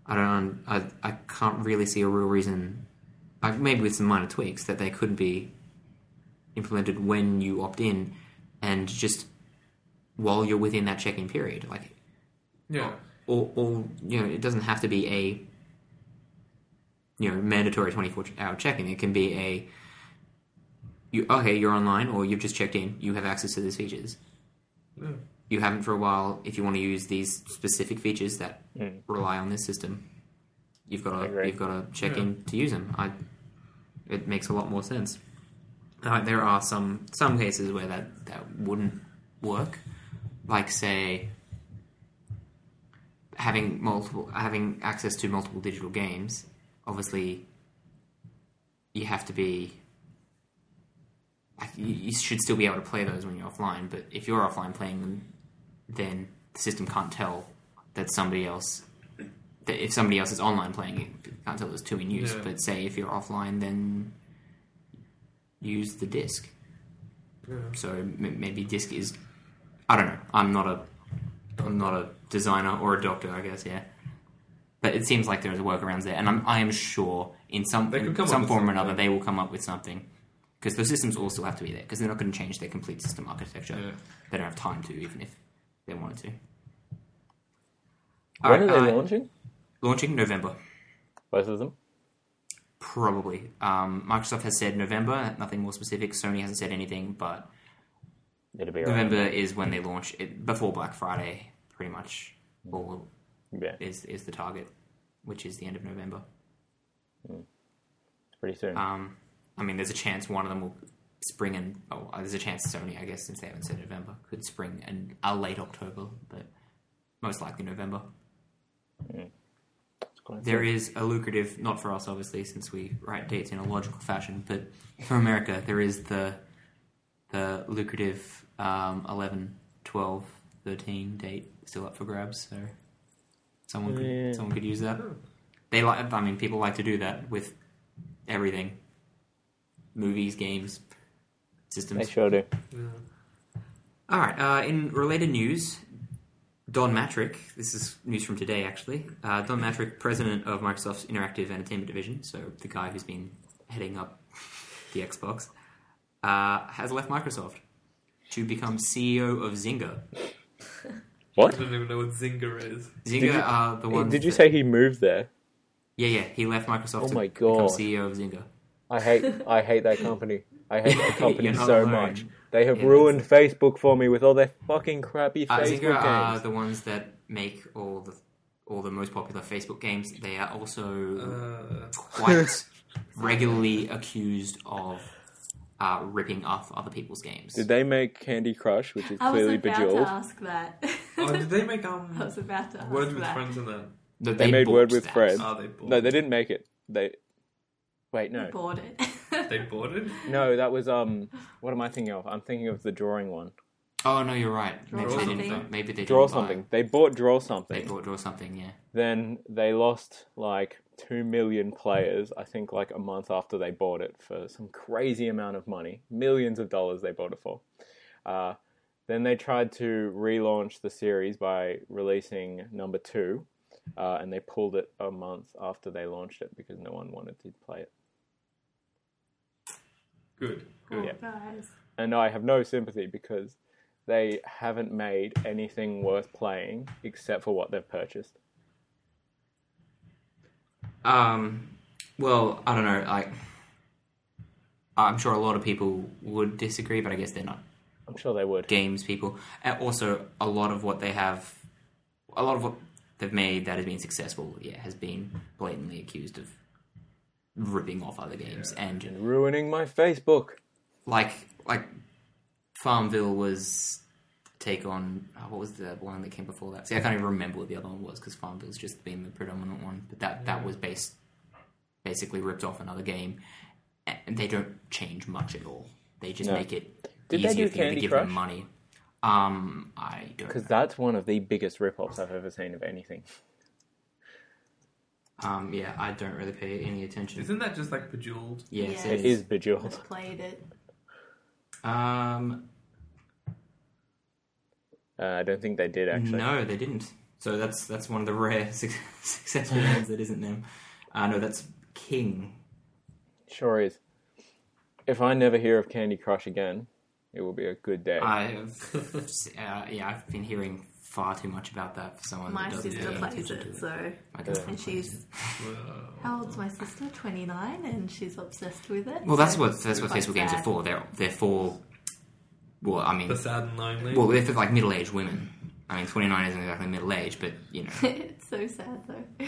A: I don't. I I can't really see a real reason. Like maybe with some minor tweaks that they could be implemented when you opt in, and just while you're within that check-in period. Like
B: Yeah.
A: all, all you know, it doesn't have to be a you know mandatory twenty four hour check in. It can be a you okay, you're online or you've just checked in. You have access to these features.
B: Yeah.
A: You haven't for a while. If you want to use these specific features that
D: Mm.
A: rely on this system, you've got
D: I
A: to
D: agree.
A: you've got to check in to use them. I it makes a lot more sense. Uh, there are some some cases where that that wouldn't work, like say having multiple having access to multiple digital games. Obviously, you have to be. like, You you should still be able to play those when you're offline, but if you're offline playing them, then the system can't tell that somebody else that if somebody else is online playing it, it can't tell there's two in use.
B: Yeah.
A: But say if you're offline, then use the disk.
B: Yeah.
A: So m- maybe disk is. I don't know. I'm not a. I'm not a designer or a doctor. I guess yeah. But it seems like there's workarounds there, and I'm, I am sure in some
B: They could
A: in
B: come up
A: some
B: with
A: form or another
B: something.
A: they will come up with something because those systems all still have to be there because they're not going to change their complete system architecture.
B: Yeah.
A: They don't have time to, even if they wanted to.
D: When
A: Alright,
D: are they
A: uh,
D: launching?
A: Launching November,
D: Both of them.
A: probably. Um, Microsoft has said November, nothing more specific. Sony hasn't said anything, but
D: It'll be around.
A: November is when they launch it before Black Friday. Pretty much, all
D: Yeah,
A: is is the target, which is the end of November.
D: pretty soon.
A: Um, I mean, there's a chance one of them will spring and oh, there's a chance Sony, I guess, since they haven't said November, could spring and a late October, but most likely November. There is a lucrative, not for us obviously, since we write dates in a logical fashion, but for America, there is the the lucrative um, 11, 12, 13 date still up for grabs. So someone could
D: Yeah.
A: someone could use that. They like, I mean, people like to do that with everything, movies, games,
D: They
A: systems.
D: sure do.
B: Yeah.
A: All right. Uh, in related news, Don Matrick. This is news from today, actually. Uh, Don Matrick, president of Microsoft's Interactive Entertainment Division, so the guy who's been heading up the Xbox, uh, has left Microsoft to become CEO of Zynga.
B: I
D: What?
B: don't even know what Zynga is.
A: Zynga
D: you-
A: are the ones.
D: Did you
A: that-
D: say he moved there?
A: Yeah, yeah. He left Microsoft
D: Oh
A: to
D: my
A: become
D: God.
A: CEO of Zynga.
D: I hate I hate that company. I hate that company
A: You're not
D: so
A: alone.
D: much. They have
A: Yeah.
D: ruined Facebook for me with all their fucking crappy
A: Uh,
D: Facebook
A: Zynga are
D: games.
A: the ones that make all the all the most popular Facebook games. They are also
B: Uh,
A: quite regularly accused of uh, ripping off other people's games.
D: Did they make Candy Crush, which is
C: I was
D: clearly
C: about
D: bejeweled?
C: to ask that.
B: oh, did they make
C: I
B: um
C: was about to ask
B: Words with
C: that.
B: Friends in that?
A: That
D: They made
A: bought
D: Word with
A: that.
D: Friends.
B: Oh, they bought.
D: No, they didn't make it. They wait,
C: I
D: no,
C: bought it.
B: They bought it.
D: no, that was um. What am I thinking of? I'm thinking of the drawing one.
A: Oh no, you're right.
C: Draw
A: maybe they
C: something.
A: didn't. Maybe they
D: Draw
A: didn't buy it.
D: something. They bought draw
A: They
D: something.
A: bought draw something. Yeah.
D: Then they lost like two million players. I think like a month after they bought it for some crazy amount of money, millions of dollars they bought it for. Uh, then they tried to relaunch the series by releasing number two, uh, and they pulled it a month after they launched it because no one wanted to play it.
B: Good.
C: Poor
B: Good.
D: Yeah.
C: Oh, guys.
D: and I have no sympathy because they haven't made anything worth playing except for what they've purchased.
A: Um. Well, I don't know. Like, I'm sure a lot of people would disagree, but I guess they're not
D: I'm sure they would.
A: games people. And also, a lot of what they have, a lot of what they've made that has been successful, yeah, has been blatantly accused of ripping off other games and
D: Ruining my Facebook.
A: like like Farmville was take on oh, what was the one that came before that? See, I can't even remember what the other one was because Farmville's just been the predominant one. But that that was based basically ripped off another game, A- and they don't change much at all. They just
D: No.
A: make it
D: Did they
A: easier
D: do
A: for you to
D: Candy
A: give
D: Crush?
A: them money. Um, I don't.
D: Because that's one of the biggest rip-offs I've ever seen of anything.
A: Um, yeah, I don't really pay any attention.
B: Isn't that just like bejeweled?
A: Yes,
C: Yeah.
A: it
D: It
A: is.
D: is bejeweled.
C: I've played it.
A: Um,
D: Uh, I don't think they did actually.
A: No, they didn't. So that's that's one of the rare suc- successful ones that isn't them. Uh, no, that's King.
D: Sure is. If I never hear of Candy Crush again, it will be a good day.
A: I've uh, yeah, I've been hearing far too much about that for someone
C: My
A: that doesn't
C: sister
A: pay
C: plays
A: attention
C: it,
A: to it.
C: so
A: My girlfriend
C: and
A: plays
C: she's
A: it.
B: Well,
C: how old's my sister? Twenty nine, and she's obsessed with it.
A: well, that's
C: so
A: what that's what
C: quite
A: Facebook games are
C: sad.
A: for. They're they're for well, I mean,
B: the sad and lonely.
A: well, they're for like middle aged women. I mean, twenty nine isn't exactly middle age, but you know,
C: it's so sad though.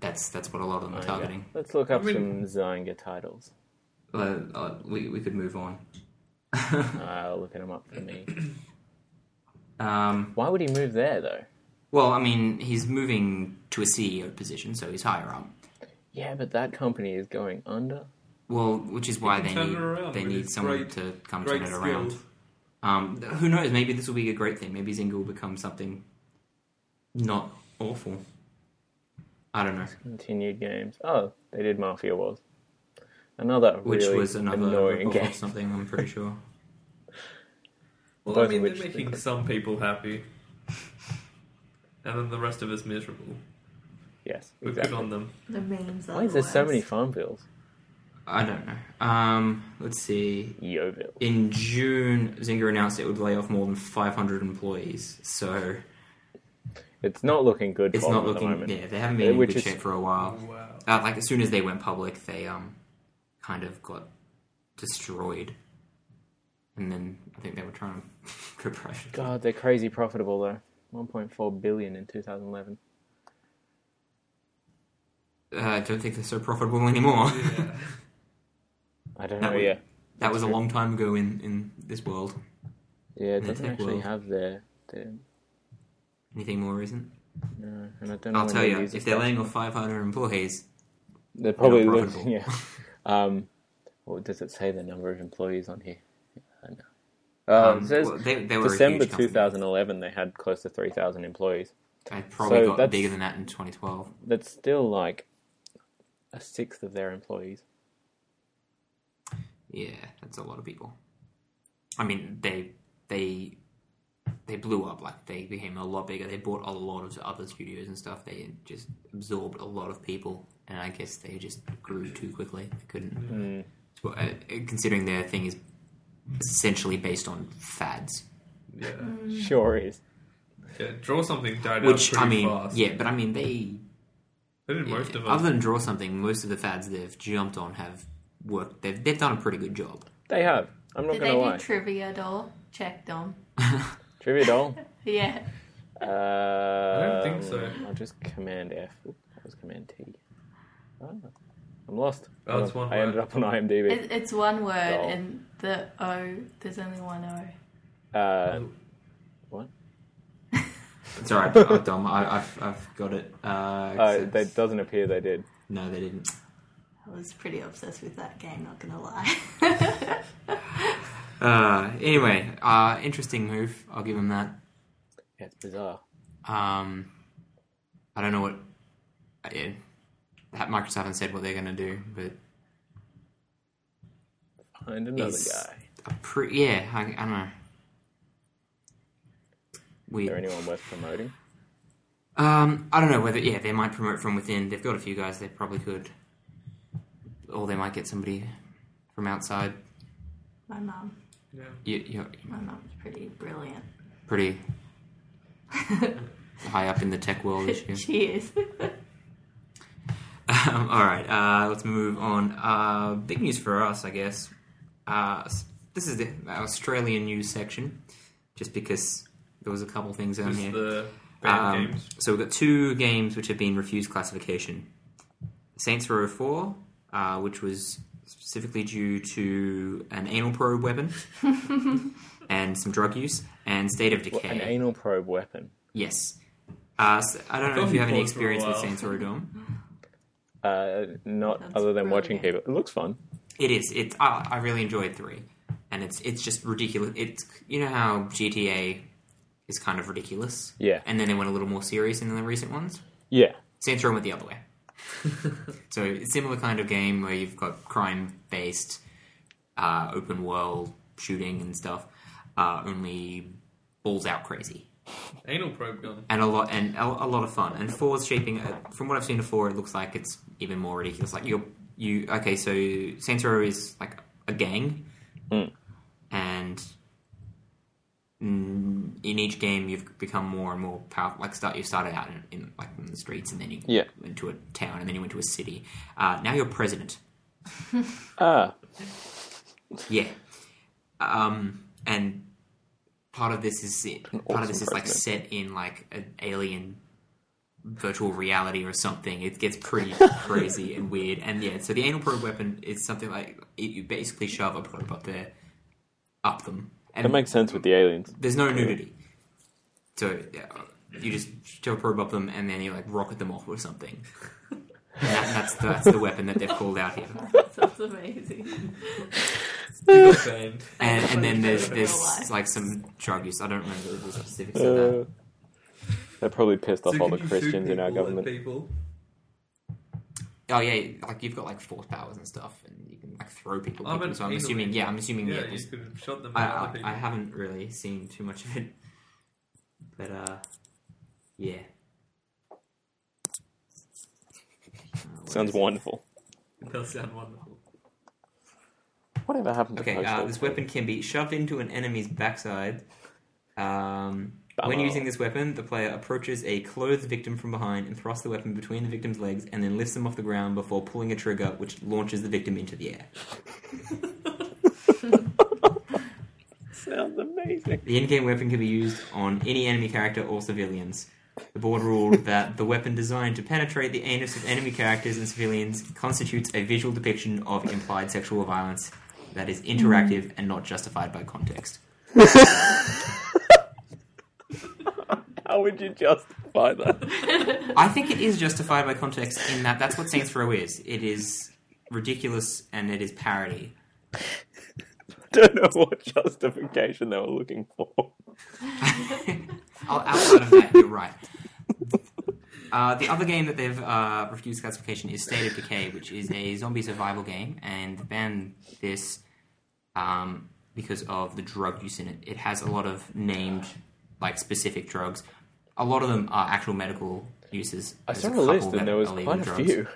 A: that's that's what a lot of them are
D: Zynga.
A: targeting.
D: Let's look up
B: I mean-
D: some Zynga titles.
E: Uh, uh, we we could move on.
D: Uh, looking him up for me.
E: um,
D: Why would he move there though?
A: Well, I mean, he's moving to a CEO position, so he's higher up.
D: Yeah, but that company is going under.
A: Well, which is why
B: can
A: they
B: turn
A: need
B: it around
A: they
B: with
A: need
B: his
A: someone
B: great-
A: to come turn
B: Great
A: it
B: skills.
A: around. Um, th- who knows? Maybe this will be a great thing. Maybe Zingle will become something not awful. I don't know.
D: Continued games. Oh, they did Mafia Wars. Another
A: Which
D: really
A: was another
D: annoying
A: ripoff or
D: game.
A: something. I'm pretty sure.
B: Well,
D: Both
B: I
D: of
B: mean,
D: which
B: they're
D: they
B: making
D: could-
B: some people happy, and then the rest of us miserable.
D: Yes,
B: We're
D: exactly.
B: good on them.
C: The memes. are
D: Why is
C: the
D: there so
C: worst.
D: many farm bills?
A: I don't know. Um, let's see.
D: Yoville.
A: In June, Zynga announced it would lay off more than 500 employees. So
D: It's not looking good
A: it's
D: for
A: not
D: them at the
A: looking.
D: moment.
A: Yeah, they haven't been in
D: Which
A: good
D: is-
A: shape for a while.
B: Wow.
A: uh, like as soon as they went public, they um kind of got destroyed, and then I think they were trying to go private.
D: God, they're crazy profitable though. 1.4 billion in 2011.
A: Uh, I don't think they're so profitable anymore.
B: Yeah.
D: I don't
A: That
D: know.
A: would-
D: Yeah,
A: that was a long time ago in in this world.
D: yeah. It
A: the
D: doesn't
A: tech
D: actually
A: world.
D: have their. their
A: Anything more isn't?
D: no, and I don't know.
A: I'll
D: when
A: tell
D: they
A: you,
D: use the
A: if they're
D: stats.
A: laying off 500 employees,
D: They're probably
A: Not
D: looking,
A: profitable.
D: yeah. Um, what does it say the number of employees on here? I don't know. Uh,
A: um,
D: it says
A: well, they, they were a
D: December
A: huge company.
D: 2011, they had close to 3,000 employees.
A: They probably
D: So
A: got
D: that's-
A: bigger than that in 2012.
D: That's still like a sixth of their employees.
A: Yeah, that's a lot of people. I mean, they they they blew up. Like they became a lot bigger. They bought a lot of other studios and stuff. They just absorbed a lot of people, and I guess they just grew too quickly. They couldn't.
D: Mm.
A: Well, uh, Considering their thing is essentially based on fads,
B: yeah.
D: Sure is.
B: Yeah, Draw something died
A: which
B: out
A: I
B: pretty
A: mean,
B: fast.
A: yeah, but I mean they.
B: They did most of us.
A: other than draw something, most of the fads they've jumped on have worked. They've they've done a pretty good job.
D: They have. I'm not
C: Did they do
D: going to lie.
C: trivia door? Check them.
D: Trivia doll.
C: Yeah.
D: I
B: don't think so.
D: Um, I'll just Command F. Oop, that was Command T. Ah, I'm lost.
B: Oh,
D: Hold
B: it's
D: on.
B: one
D: I
B: word.
D: ended up on IMDb.
C: It, it's one word,
D: Doll.
C: and the O. There's only one O.
D: Uh,
A: It's all right, I'm dumb. I, I've I've got it. Uh,
D: uh,
A: except-
D: that doesn't appear they did.
A: no, they didn't.
C: I was pretty obsessed with that game. Not gonna lie.
A: Uh, anyway, uh, interesting move. I'll give him that.
D: Yeah, it's bizarre.
A: Um, I don't know what uh, yeah, that Microsoft haven't said what they're going to do, but
D: Find another
A: It's-
D: guy.
A: a pretty yeah. I, I don't know.
D: Is there
A: Weird.
D: anyone worth promoting?
A: Um, I don't know whether yeah they might promote from within. They've got a few guys they probably could, or they might get somebody from outside.
C: my mum.
B: yeah.
A: You, you're
C: My mum's pretty brilliant.
A: pretty high up in the tech world. is
C: she is.
A: Um, all right, uh, let's move on. Uh, big news for us, I guess. Uh, s- this is the our Australian news section, just because there was a couple things on
B: Just
A: here.
B: the bad
A: Um,
B: games.
A: So we've got two games which have been refused classification. Saints Row 4, uh, which was specifically due to an anal probe weapon and some drug use, and State of Decay.
D: Well, an anal probe weapon.
A: yes. Uh, s I don't know if you have any experience with
B: Well.
A: Saints Row Dome.
D: Uh, not
C: That's
D: other than watching people.
C: brilliant.
D: It looks fun.
A: It is. It's. I, I really enjoyed three, and it's. It's just ridiculous. It's. You know how GTA is kind of ridiculous.
D: Yeah.
A: And then they went a little more serious in the recent ones.
D: Yeah.
A: Saints Row went the other way. so it's similar kind of game where you've got crime based, uh, open world shooting and stuff. Uh, only balls out crazy
B: Anal probe gun.
A: and a lot and a, a lot of fun. And four's shaping uh, from what I've seen of four, it looks like it's even more ridiculous. Like you're you okay? So Saints Row is like a gang,
D: Mm.
A: and mm, in each game you've become more and more powerful. Like start you started out in, in like in the streets, and then you
D: Yeah.
A: went to a town, and then you went to a city. Uh, now you're president.
D: Ah,
A: Yeah. Um, and part of this is part
D: awesome
A: of this is like
D: president.
A: set in like an alien virtual reality or something. It gets pretty crazy and weird. And yeah, so the anal probe weapon is something like it, you basically shove a probe up there, up them. And
D: That makes sense with the aliens.
A: there's no nudity. So yeah, you just shove a probe up them and then you like rocket them off or something. And that, that's, the, that's the weapon that they've called out here.
C: that sounds amazing.
B: You got banned.
A: And, and then there's
C: Real life.
A: there's like some drug use. I don't remember the specifics of that.
D: Uh, that probably pissed off
B: So
D: all
B: can
D: the
B: you shoot
D: Christians in our
B: people at
D: government.
B: People.
A: Oh yeah, like you've got like force powers and stuff, and you can like throw people.
B: Oh,
A: people.
B: but
A: So I'm
B: either
A: assuming,
B: way.
A: yeah, I'm assuming, yeah.
B: Yeah, you
A: just,
B: could have shot them.
A: I,
B: at other
A: I,
B: people.
A: I haven't really seen too much of it, but uh, yeah. Uh, what
D: Sounds
A: is it?
D: wonderful.
B: It does sound wonderful.
D: Whatever happened to
A: Okay,
D: Postal?
A: uh, this weapon can be shoved into an enemy's backside. Um, when
D: Bummer.
A: using this weapon, the player approaches a clothed victim from behind and thrusts the weapon between the victim's legs and then lifts them off the ground before pulling a trigger which launches the victim into the air.
D: Sounds amazing.
A: The in-game weapon can be used on any enemy character or civilians. The board ruled that the weapon designed to penetrate the anus of enemy characters and civilians constitutes a visual depiction of implied sexual violence that is interactive and not justified by context.
D: How would you justify that?
A: I think it is justified by context in that that's what Saints Row is. It is ridiculous and it is parody.
D: Don't know what justification they were looking for.
A: O- Outside of that, you're right. Uh, the other game that they've uh, refused classification is State of Decay, which is a zombie survival game, and they banned this um, because of the drug use in it. It has a lot of named, like specific drugs. A lot of them are actual medical uses.
D: I
A: There's
D: saw a
A: couple
D: list
A: that
D: and there was
A: are legal
D: quite a
A: drugs.
D: few.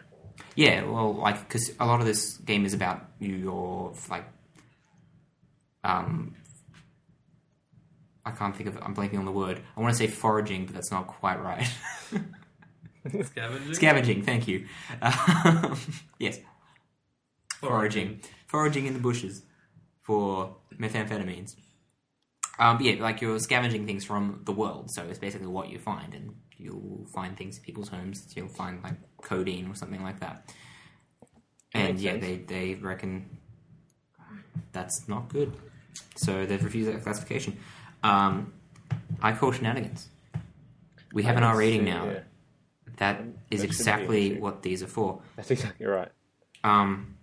A: Yeah, well, like because a lot of this game is about your like, um, I can't think of. I'm blanking on the word. I want to say foraging, but that's not quite right.
B: Scavenging.
A: Scavenging. Thank you. Um, yes, foraging, foraging in the bushes for methamphetamines. Um, yeah, like you're scavenging things from the world, so it's basically what you find, and you'll find things in people's homes. You'll find like codeine or something like that. And
D: makes
A: yeah,
D: sense.
A: they they reckon that's not good, so they've refused that classification. Um, I call shenanigans. We have an R rating
D: Yeah.
A: now. That is
D: shouldn't be an
A: exactly
D: issue.
A: what these are for.
D: That's exactly right.
A: Um,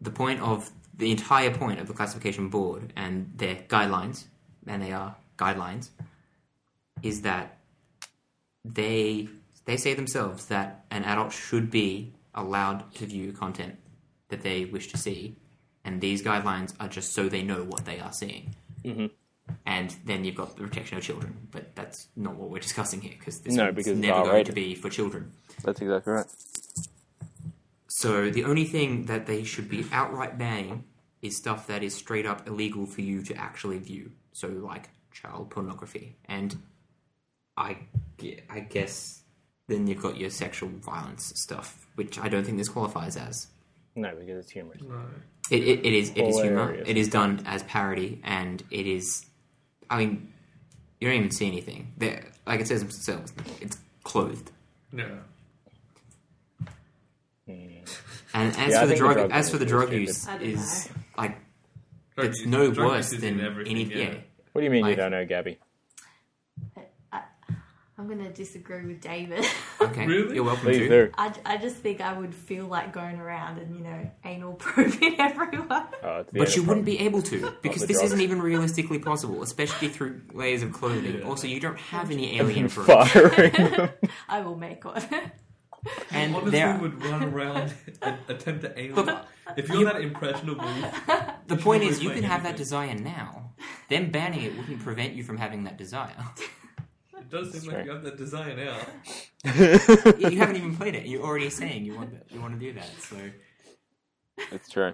A: the point of the entire point of the classification board and their guidelines, and they are guidelines, is that they they say themselves that an adult should be allowed to view content that they wish to see, and these guidelines are just so they know what they are seeing. Mm-hmm. And then you've got the protection of children, but that's not what we're discussing here because this
D: No,
A: one's
D: because it's
A: never going to
D: R-rated.
A: be for children.
D: That's exactly right.
A: So the only thing that they should be outright banning is stuff that is straight up illegal for you to actually view. So like child pornography, and I, gue- I guess then you've got your sexual violence stuff, which I don't think this qualifies as.
D: No, because it's humorous.
B: No.
A: It, it, it is it is humor.
D: Hilarious.
A: It is done as parody, and it is. I mean, you don't even see anything. They're, like it says themselves, it's clothed.
B: No.
A: And as
D: Yeah, I
A: for the
D: think the
A: drug,
D: drug
A: as for the
D: use is
A: drug
D: stupid.
A: use
C: I don't
A: is
C: know.
A: like
B: Drug
A: it's
B: use-
A: no
B: drug use
A: worse
B: is
A: than
B: in everything,
A: anything.
B: yeah.
A: Yeah.
D: What do you mean you
A: Like-
D: don't know, Gabby?
C: I, I'm going to disagree with David.
A: Okay.
B: Really?
A: You're welcome
D: Please
A: to.
D: do.
C: I, I just think I would feel like going around and, you know, anal probing everyone.
D: Oh, it's the
A: But
D: end
A: you
D: of
A: wouldn't
D: time.
A: be able to because
D: the
A: this
D: drugs.
A: isn't even realistically possible, especially through layers of clothing. Also, you don't have any alien fruit,
D: firing them.
C: I will make one.
A: and
B: Honestly,
A: there.
B: would run around and attempt to anal.
A: Look,
B: if you're that impressionable,
A: The point
B: would
A: is, you
B: play
A: can have that
B: anything.
A: desire now. Them banning it wouldn't prevent you from having that desire.
B: it does seem
D: That's
B: like
D: right.
B: you have that desire now.
A: you haven't even played it. You're already saying you want that, you want to do that. So
D: it's true.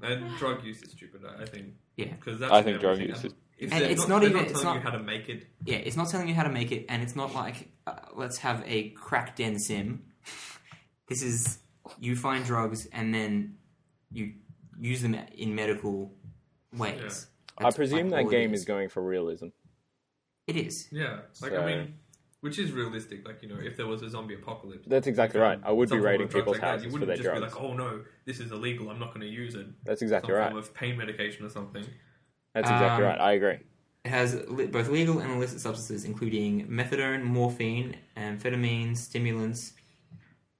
B: And drug use is stupid, I I think.
A: Yeah.
B: because that's
D: I think drug
B: everything.
D: use is-
B: If
A: And
B: they're
A: it's
B: not,
A: not
B: they're
A: even-
B: not
A: it's
B: telling
A: not-
B: you how to make it.
A: yeah, it's not telling you how to make it, and it's not like uh, let's have a crack den sim. this is you find drugs and then you use them in medical ways.
B: Yeah.
A: That's
D: I presume
A: like
D: that
A: all it
D: game is going for realism.
A: It is.
B: Yeah, like
D: So-
B: I mean, which is realistic. Like you know, if there was a zombie apocalypse,
D: That's exactly right. I would
B: some
D: be
B: form of
D: raiding
B: drugs
D: people's
B: like that,
D: houses
B: You
D: for
B: wouldn't
D: their
B: just
D: drugs.
B: be like, oh no, this is illegal. I'm not going to use it.
D: That's exactly
B: some
D: right.
B: form of pain medication or something.
D: That's exactly
A: Um,
D: right. I agree.
A: It has li- both legal and illicit substances, including methadone, morphine, amphetamines, stimulants.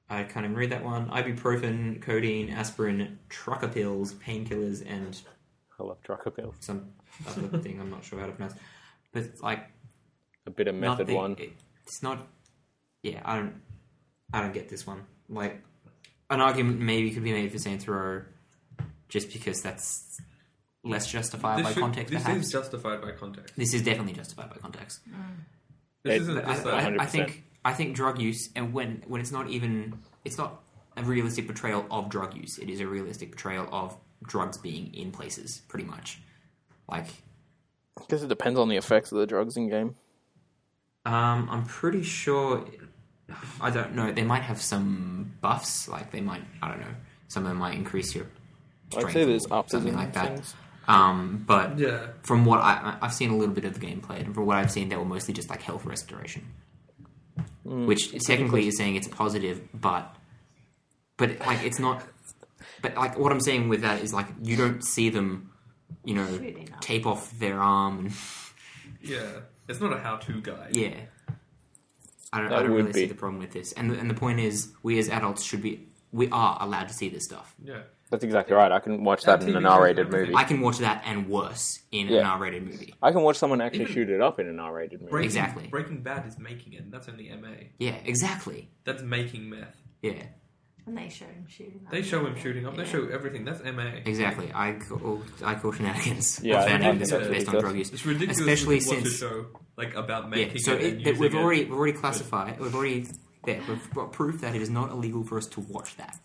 A: I can't even read that one. Ibuprofen, codeine, aspirin, trucker pills, painkillers, and
D: I love trucker pills.
A: some other thing I'm not sure how to pronounce. But it's like
D: A bit of method
A: nothing-
D: one.
A: it- it's not. Yeah, I don't. I don't get this one. Like, an argument maybe could be made for Saints Row, just because that's less justified
B: This
A: by
B: should-
A: context.
B: this
A: perhaps
B: is justified by context.
A: this is definitely justified by context.
B: This
D: It-
B: isn't
A: But I,
B: just
D: a
B: like
A: I,
D: hundred
A: I think I think drug use, and when when it's not even it's not a realistic portrayal of drug use. It is a realistic portrayal of drugs being in places, pretty much. Like,
D: Because it depends on the effects of the drugs in game.
A: um, I'm pretty sure. I don't know. They might have some buffs. Like they might. I don't know. Some of them might increase your strength.
D: I'd say there's
A: or
D: ups and
A: something like that.
D: things.
A: Um, but
B: yeah.
A: from what I, I- I've seen a little bit of the gameplay, and from what I've seen, they were mostly just like health restoration,
D: Mm.
A: which technically is saying it's a positive, but but like it's not. But like what I'm saying with that is like you don't see them, you know,
C: Shooting up.
A: tape off their arm and
B: Yeah, it's not a how-to guide.
A: yeah. I don't, I
D: That
A: don't
D: would
A: really see
D: be-
A: the problem with this, and and the point is, we as adults should be we are allowed to see this stuff.
B: yeah.
D: That's exactly right. I can watch that in
B: TV
D: an
B: shows and
D: R-rated
B: everything.
D: movie.
A: I can watch that and worse in
D: Yeah.
A: an R-rated movie.
D: I can watch someone actually
B: Even-
D: shoot it up in an R-rated movie.
B: Breaking,
A: Exactly.
B: Breaking Bad is making it. and That's only MA.
A: Yeah, exactly.
B: That's making meth.
A: Yeah.
C: And they show him shooting. up.
B: They show him shooting up. They
C: Yeah.
B: show everything. That's MA.
A: Exactly. I call, I call shenanigans.
D: Yeah,
A: Yeah,
D: I
A: founding
D: think
A: this
B: that's
A: based on
D: ridiculous.
A: drug use.
B: It's ridiculous.
A: Especially
B: to watch a
A: since-
B: show like about
A: Yeah.
B: making
A: So
B: it.
A: it,
B: and
A: that we've
B: using it.
A: already we've already classified. We've already there. We've got proof that it is not illegal for us to watch that.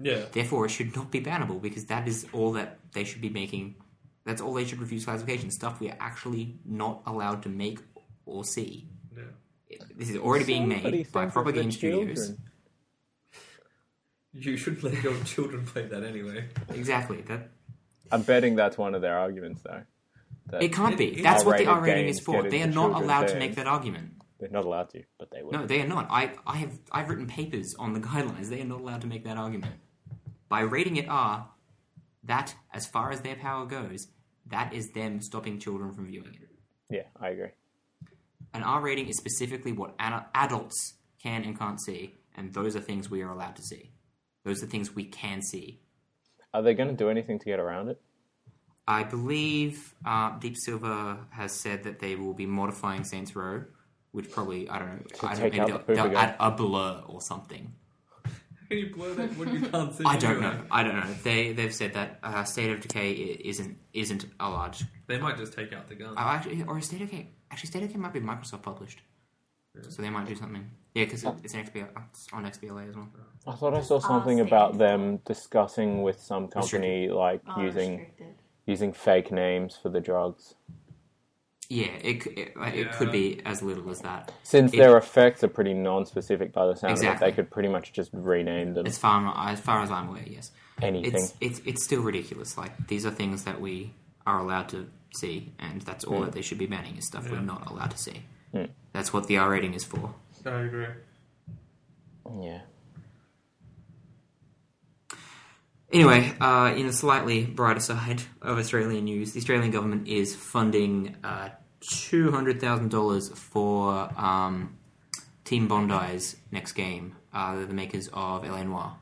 B: yeah.
A: Therefore, it should not be bannable because that is all that they should be making. That's all they should refuse classification. Stuff we are actually not allowed to make or see.
B: yeah.
A: This is already being
D: Somebody
A: made by
D: thinks
A: proper
D: it's the
A: game studios.
D: children.
B: You should let your children play that anyway.
A: Exactly. That
D: I'm betting that's one of their arguments, though. That
A: it can't be.
B: It-
A: That's what the
D: R-rated
A: R rating
D: games
A: is for.
D: get
A: They are
D: into
A: not
D: children's
A: allowed to
D: hands.
A: make that argument.
D: They're not allowed to, but they will.
A: No, they are not. I, I have I've written papers on the guidelines. They are not allowed to make that argument. By rating it R, that as far as their power goes, that is them stopping children from viewing it.
D: Yeah, I agree.
A: An R rating is specifically what ad- adults can and can't see, and those are things we are allowed to see. Those are things we can see.
D: Are they going to do anything to get around it?
A: I believe uh, Deep Silver has said that they will be modifying Saints Row, which probably I don't know. I don't,
D: take
A: maybe
D: out
A: they'll,
D: the poop
A: they'll
D: again.
A: add a blur or something.
B: Can you blur that when you can't see?
A: I don't
B: anyway?
A: know. I don't know. They they've said that uh, State of Decay i- isn't isn't a large.
B: They might just take out the gun.
A: Oh, actually, or State of Decay actually State of Decay might be Microsoft published, so they might do something. Yeah, because it's an XBLA, it's on XBLA as well.
D: I thought I saw
C: Just
D: something
C: ask
D: about
C: them.
D: them discussing with some company, like
C: Oh,
D: using
C: restricted.
D: using fake names for the drugs,
A: Yeah, it c- it, like, it could
B: Yeah.
A: be as little as that.
D: since
A: It-
D: their effects are pretty non-specific by the sound
A: Exactly.
D: of it. They could pretty much just rename them
A: As far as far as I'm aware, yes.
D: anything.
A: It's it's it's still ridiculous. Like these are things that we are allowed to see, and that's all that they should be banning is stuff we're
B: Yeah.
A: not allowed to see.
D: Hmm.
A: That's what the R rating is for.
B: I agree.
D: Yeah,
A: Anyway, uh, in a slightly brighter side of Australian news, the Australian government is funding uh, two hundred thousand dollars for um, Team Bondi's next game. Uh, they're the makers of L.A. Noir,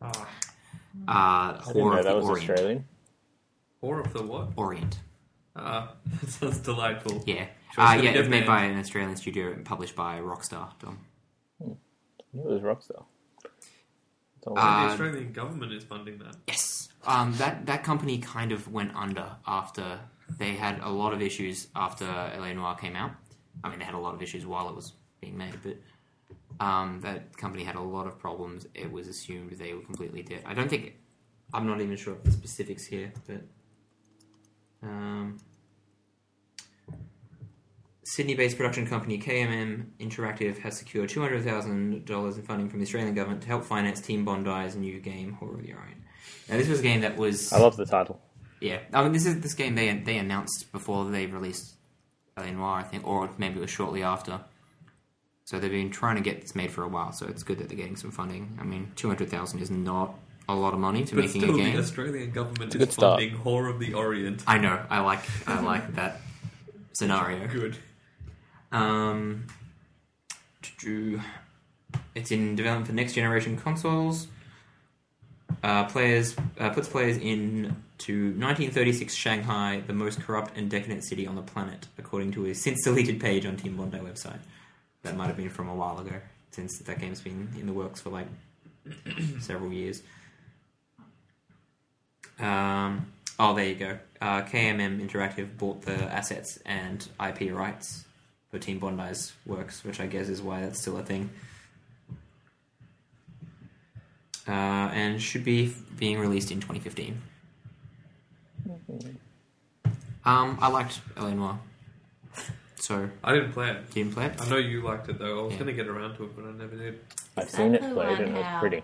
B: Ah,
A: uh,
D: I didn't
A: Horror
D: know
A: of the
D: that was
A: Orient.
D: Australian.
B: horror of the what?
A: Orient,
B: Ah, that sounds delightful.
A: yeah,
B: Sure, it's
A: uh,
B: gonna
A: yeah.
B: get
A: It's made
B: banned.
A: by an Australian studio and published by Rockstar. Tom.
D: I knew It was Rockstar. It's all-
A: Uh,
B: the Australian government is funding that.
A: Yes. Um, that that company kind of went under after they had a lot of issues after LA Noir came out. I mean, they had a lot of issues while it was being made, but um, that company had a lot of problems. It was assumed they were completely dead. I don't think. I'm not even sure of the specifics here, but. Um, Sydney-based production company KMM Interactive has secured two hundred thousand dollars in funding from the Australian government to help finance Team Bondi's new game Horror of the Orient. Now, this was a game that was
D: I love the title.
A: yeah. I mean, this is this game they they announced before they released L.A. Noir, I think, or maybe it was shortly after. So they've been trying to get this made for a while. So it's good that they're getting some funding. I mean, two hundred thousand is not a lot of money to
B: But
A: making
B: still,
A: a
B: the
A: game.
B: Australian government
D: a good
B: is
D: start.
B: funding Horror of the Orient.
A: I know. I like. I like that scenario.
B: Good.
A: Um, it's in development for next generation consoles. Uh, players uh, puts players in to 1936 Shanghai, the most corrupt and decadent city on the planet, according to a since deleted page on Team Bondi website. That might have been from a while ago, since that game's been in the works for like several years. Um, oh, there you go. Uh, KMM Interactive bought the assets and IP rights for Team Bondi's works, which I guess is why that's still a thing. Uh, and should be f- being released in 2015. Um, I liked L.A. Noire. So,
B: I didn't play it.
A: you didn't play it?
B: I know you liked it though. I was
A: Yeah.
B: gonna get around to it, but I never did.
D: I've
C: Is
D: seen
C: that
D: it
C: the
D: played
C: one
D: and it was
C: how-
D: pretty.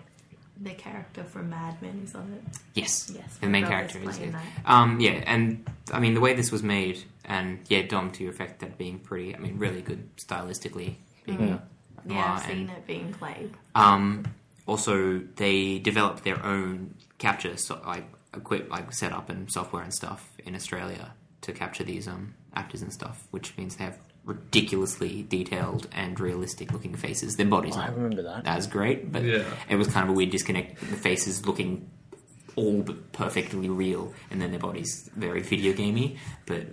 C: The character from Mad Men is on it.
A: Yes.
C: Yes,
A: The main
C: my brother's
A: character is
C: playing
A: it.
C: that.
A: Um, yeah, and I mean the way this was made, and yeah, Dom to your effect that being pretty, I mean really good stylistically, being
D: Mm.
A: a
C: Yeah, I've
A: noir and
C: seen it being played.
A: um, also, they developed their own capture so, like equip, like setup and software and stuff in Australia to capture these um, actors and stuff, which means they have ridiculously detailed and realistic looking faces. Their bodies
D: Oh, I
A: not
D: remember that.
A: as great, but
B: Yeah.
A: it was kind of a weird disconnect. The faces looking all but perfectly real, and then their bodies very video gamey. But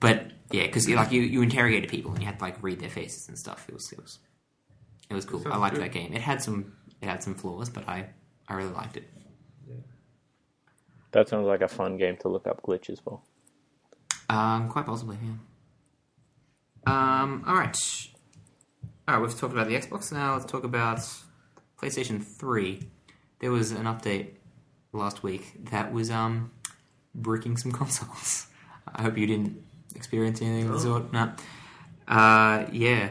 A: but yeah, because like you, you interrogated people and you had to like read their faces and stuff. It was it was it was cool. I
B: Sounds
A: liked
B: good.
A: that game. It had some it had some flaws, but I I really liked it.
D: That sounds like a fun game to look up glitches for.
A: Um, quite possibly, yeah. Um, all right, all right. We've talked about the Xbox. Now let's talk about PlayStation Three. There was an update last week that was um, bricking some consoles. I hope you didn't experience anything of the sort. No. Uh, yeah,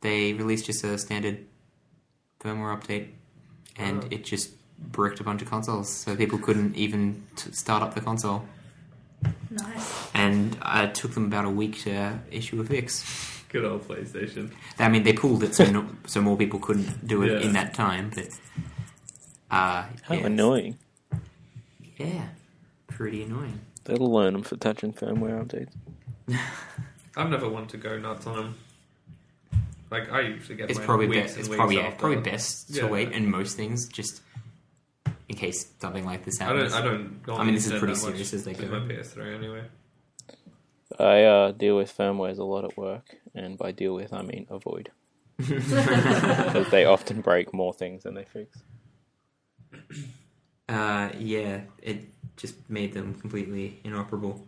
A: they released just a standard firmware update, and it just bricked a bunch of consoles, so people couldn't even t- start up the console
C: Nice.
A: and uh, it took them about a week to issue a fix.
B: Good old PlayStation.
A: I mean, they pulled it so no, so more people couldn't do it
B: Yeah.
A: in that time, but uh,
D: How
A: yeah,
D: annoying.
A: yeah, pretty annoying.
D: They'll learn them for touching firmware updates.
B: I've never wanted to go nuts on them. Like I usually get.
A: It's
B: mine
A: probably
B: weeks
A: best.
B: and
A: It's
B: weeks
A: probably yeah,
B: after.
A: probably best to
B: Yeah.
A: wait in most things, just in case something like this
B: I don't.
A: happens.
B: I don't.
A: I mean, this is
B: spend
A: pretty
B: that much
A: serious as they
B: with
A: go.
B: My PS3 anyway.
D: I uh, deal with firmwares a lot at work, and by deal with, I mean avoid. Because they often break more things than they fix.
A: Uh, yeah, it just made them completely inoperable,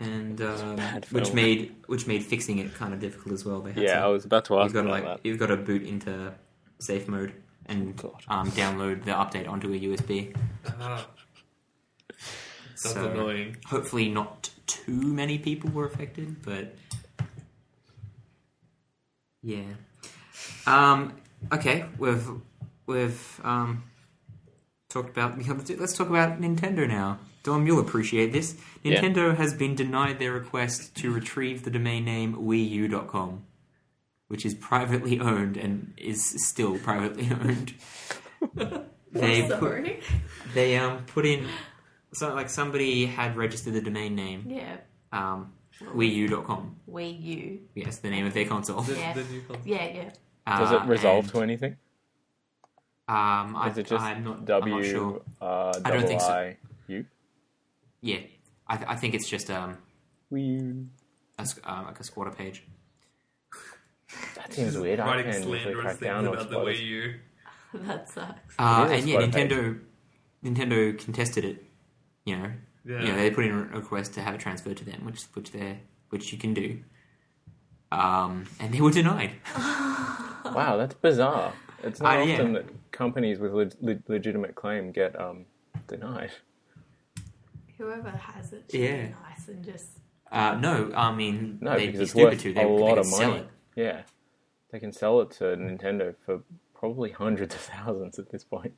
A: and um,
D: bad for
A: which
D: all.
A: made which made fixing it kind of difficult as well. They had to-
D: Yeah, I was about to ask
A: you've got to
D: about
A: like you've got to boot into safe mode and
D: God.
A: um, download the update onto a USB.
B: Ah, that's
A: So-
B: annoying.
A: Hopefully, not too many people were affected, but yeah. Um, okay, we've we've um, talked about. Let's talk about Nintendo now. Dom, you'll appreciate this.
D: Yeah.
A: Nintendo has been denied their request to retrieve the domain name WiiU.com, which is privately owned and is still privately owned. they put,
C: Sorry.
A: they um put in so like somebody had registered the domain name
C: Yeah.
A: um WiiU.com.
C: Wii U.
A: Yes, the name of their console.
B: The,
C: Yeah.
B: the new console.
C: Yeah, yeah.
A: Uh,
D: that. Does it resolve
A: and,
D: to anything?
A: Um, I,
D: Is it just
A: I'm not,
D: W,
A: I'm not sure.
D: uh,
A: I don't
D: double
A: think so.
D: I, U?
A: Yeah, I, th- I think it's just um,
D: Wii.
A: a, s- um, like a squatter page.
D: That seems weird. I
B: Writing
D: can usually
B: slanderous
D: crack
B: things
D: down on
B: about the
D: spoilers.
B: Wii U.
C: That sucks.
A: Uh,
D: is a
A: and yeah,
D: squatter page.
A: Nintendo Nintendo contested it. You know,
B: Yeah.
A: you know, they put in a request to have it transferred to them, which which they which you can do. Um, and they were denied.
D: Wow, that's bizarre. It's not
A: Ah, yeah.
D: often that companies with leg- leg- legitimate claim get um, denied.
C: Whoever has it should
A: Yeah.
C: be nice and just
A: Uh, no, I mean
D: No,
A: they'd
D: because
A: be
D: it's
A: stupid
D: worth
A: to. They,
D: a
A: they
D: lot
A: could
D: of
A: sell
D: money.
A: it.
D: Yeah, they can sell it to Nintendo for probably hundreds of thousands at this point.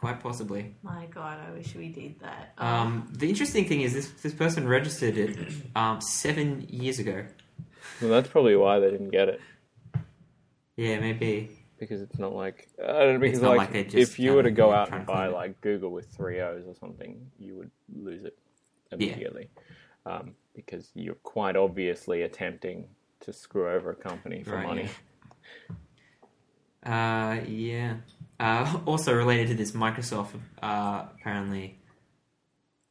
A: Quite possibly.
C: my god, I wish we did that.
A: Um, the interesting thing is this: this person registered it um, seven um, years ago,
D: Well, that's probably why they didn't get it
A: Yeah, maybe.
D: because it's not like I don't know, because
A: not
D: like,
A: like they're just
D: if you were to
A: having-
D: go
A: they're
D: out
A: trying
D: and
A: to
D: buy
A: find it.
D: like Google with three O's or something, you would lose it immediately um, because you're quite obviously attempting to screw over a company for
A: Right,
D: money.
A: yeah. Uh, yeah. Uh, also related to this, Microsoft uh, apparently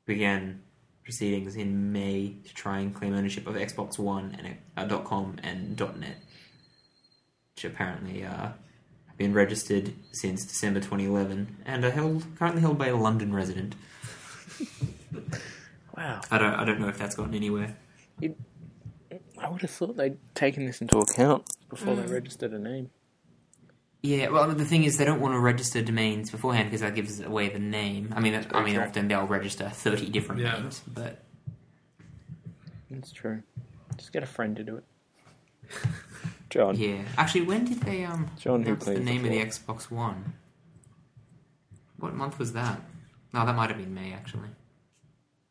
A: began proceedings in May to try and claim ownership of Xbox One and uh, .com and .net, which apparently uh, have been registered since December 2011 and are held currently held by a London resident.
D: Wow,
A: I don't I don't know if that's gotten anywhere.
D: I would have thought they'd taken this into account before
A: Mm.
D: they registered a name.
A: Yeah, well, the thing is, they don't want to register domains beforehand because that gives away the name. I mean, that- I mean,
D: true.
A: often they'll register thirty different
B: Yeah.
A: names, but
D: That's true. Just get a friend to do it. John,
A: yeah. Actually, when did they um
D: John, who
A: announce the
D: plays the
A: name of the Xbox One? What month was that? No, that might have been May actually.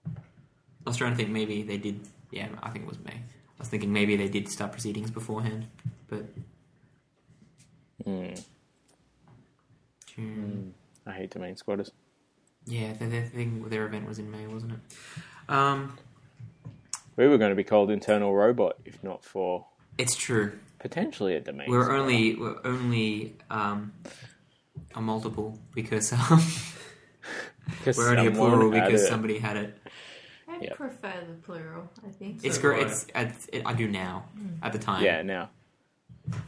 A: I was trying to think. Maybe they did. Yeah, I think it was May. I was thinking maybe they did start proceedings beforehand, but
D: Mm,
A: June.
D: I hate domain squatters.
A: Yeah, their, their thing, their event was in May, wasn't it? Um,
D: We were going to be called internal robot if not for
A: it's true.
D: potentially a domain.
A: We're
D: squatter.
A: only we're only um, a multiple because um,
D: Because
A: we're only a
D: someone
A: plural
D: had
A: because
D: it.
A: somebody had it.
C: I
D: Yep.
C: prefer the plural, I think.
A: It's
B: So
A: great.
B: do I.
A: It's, it's it, I do now. At the time,
D: Yeah, now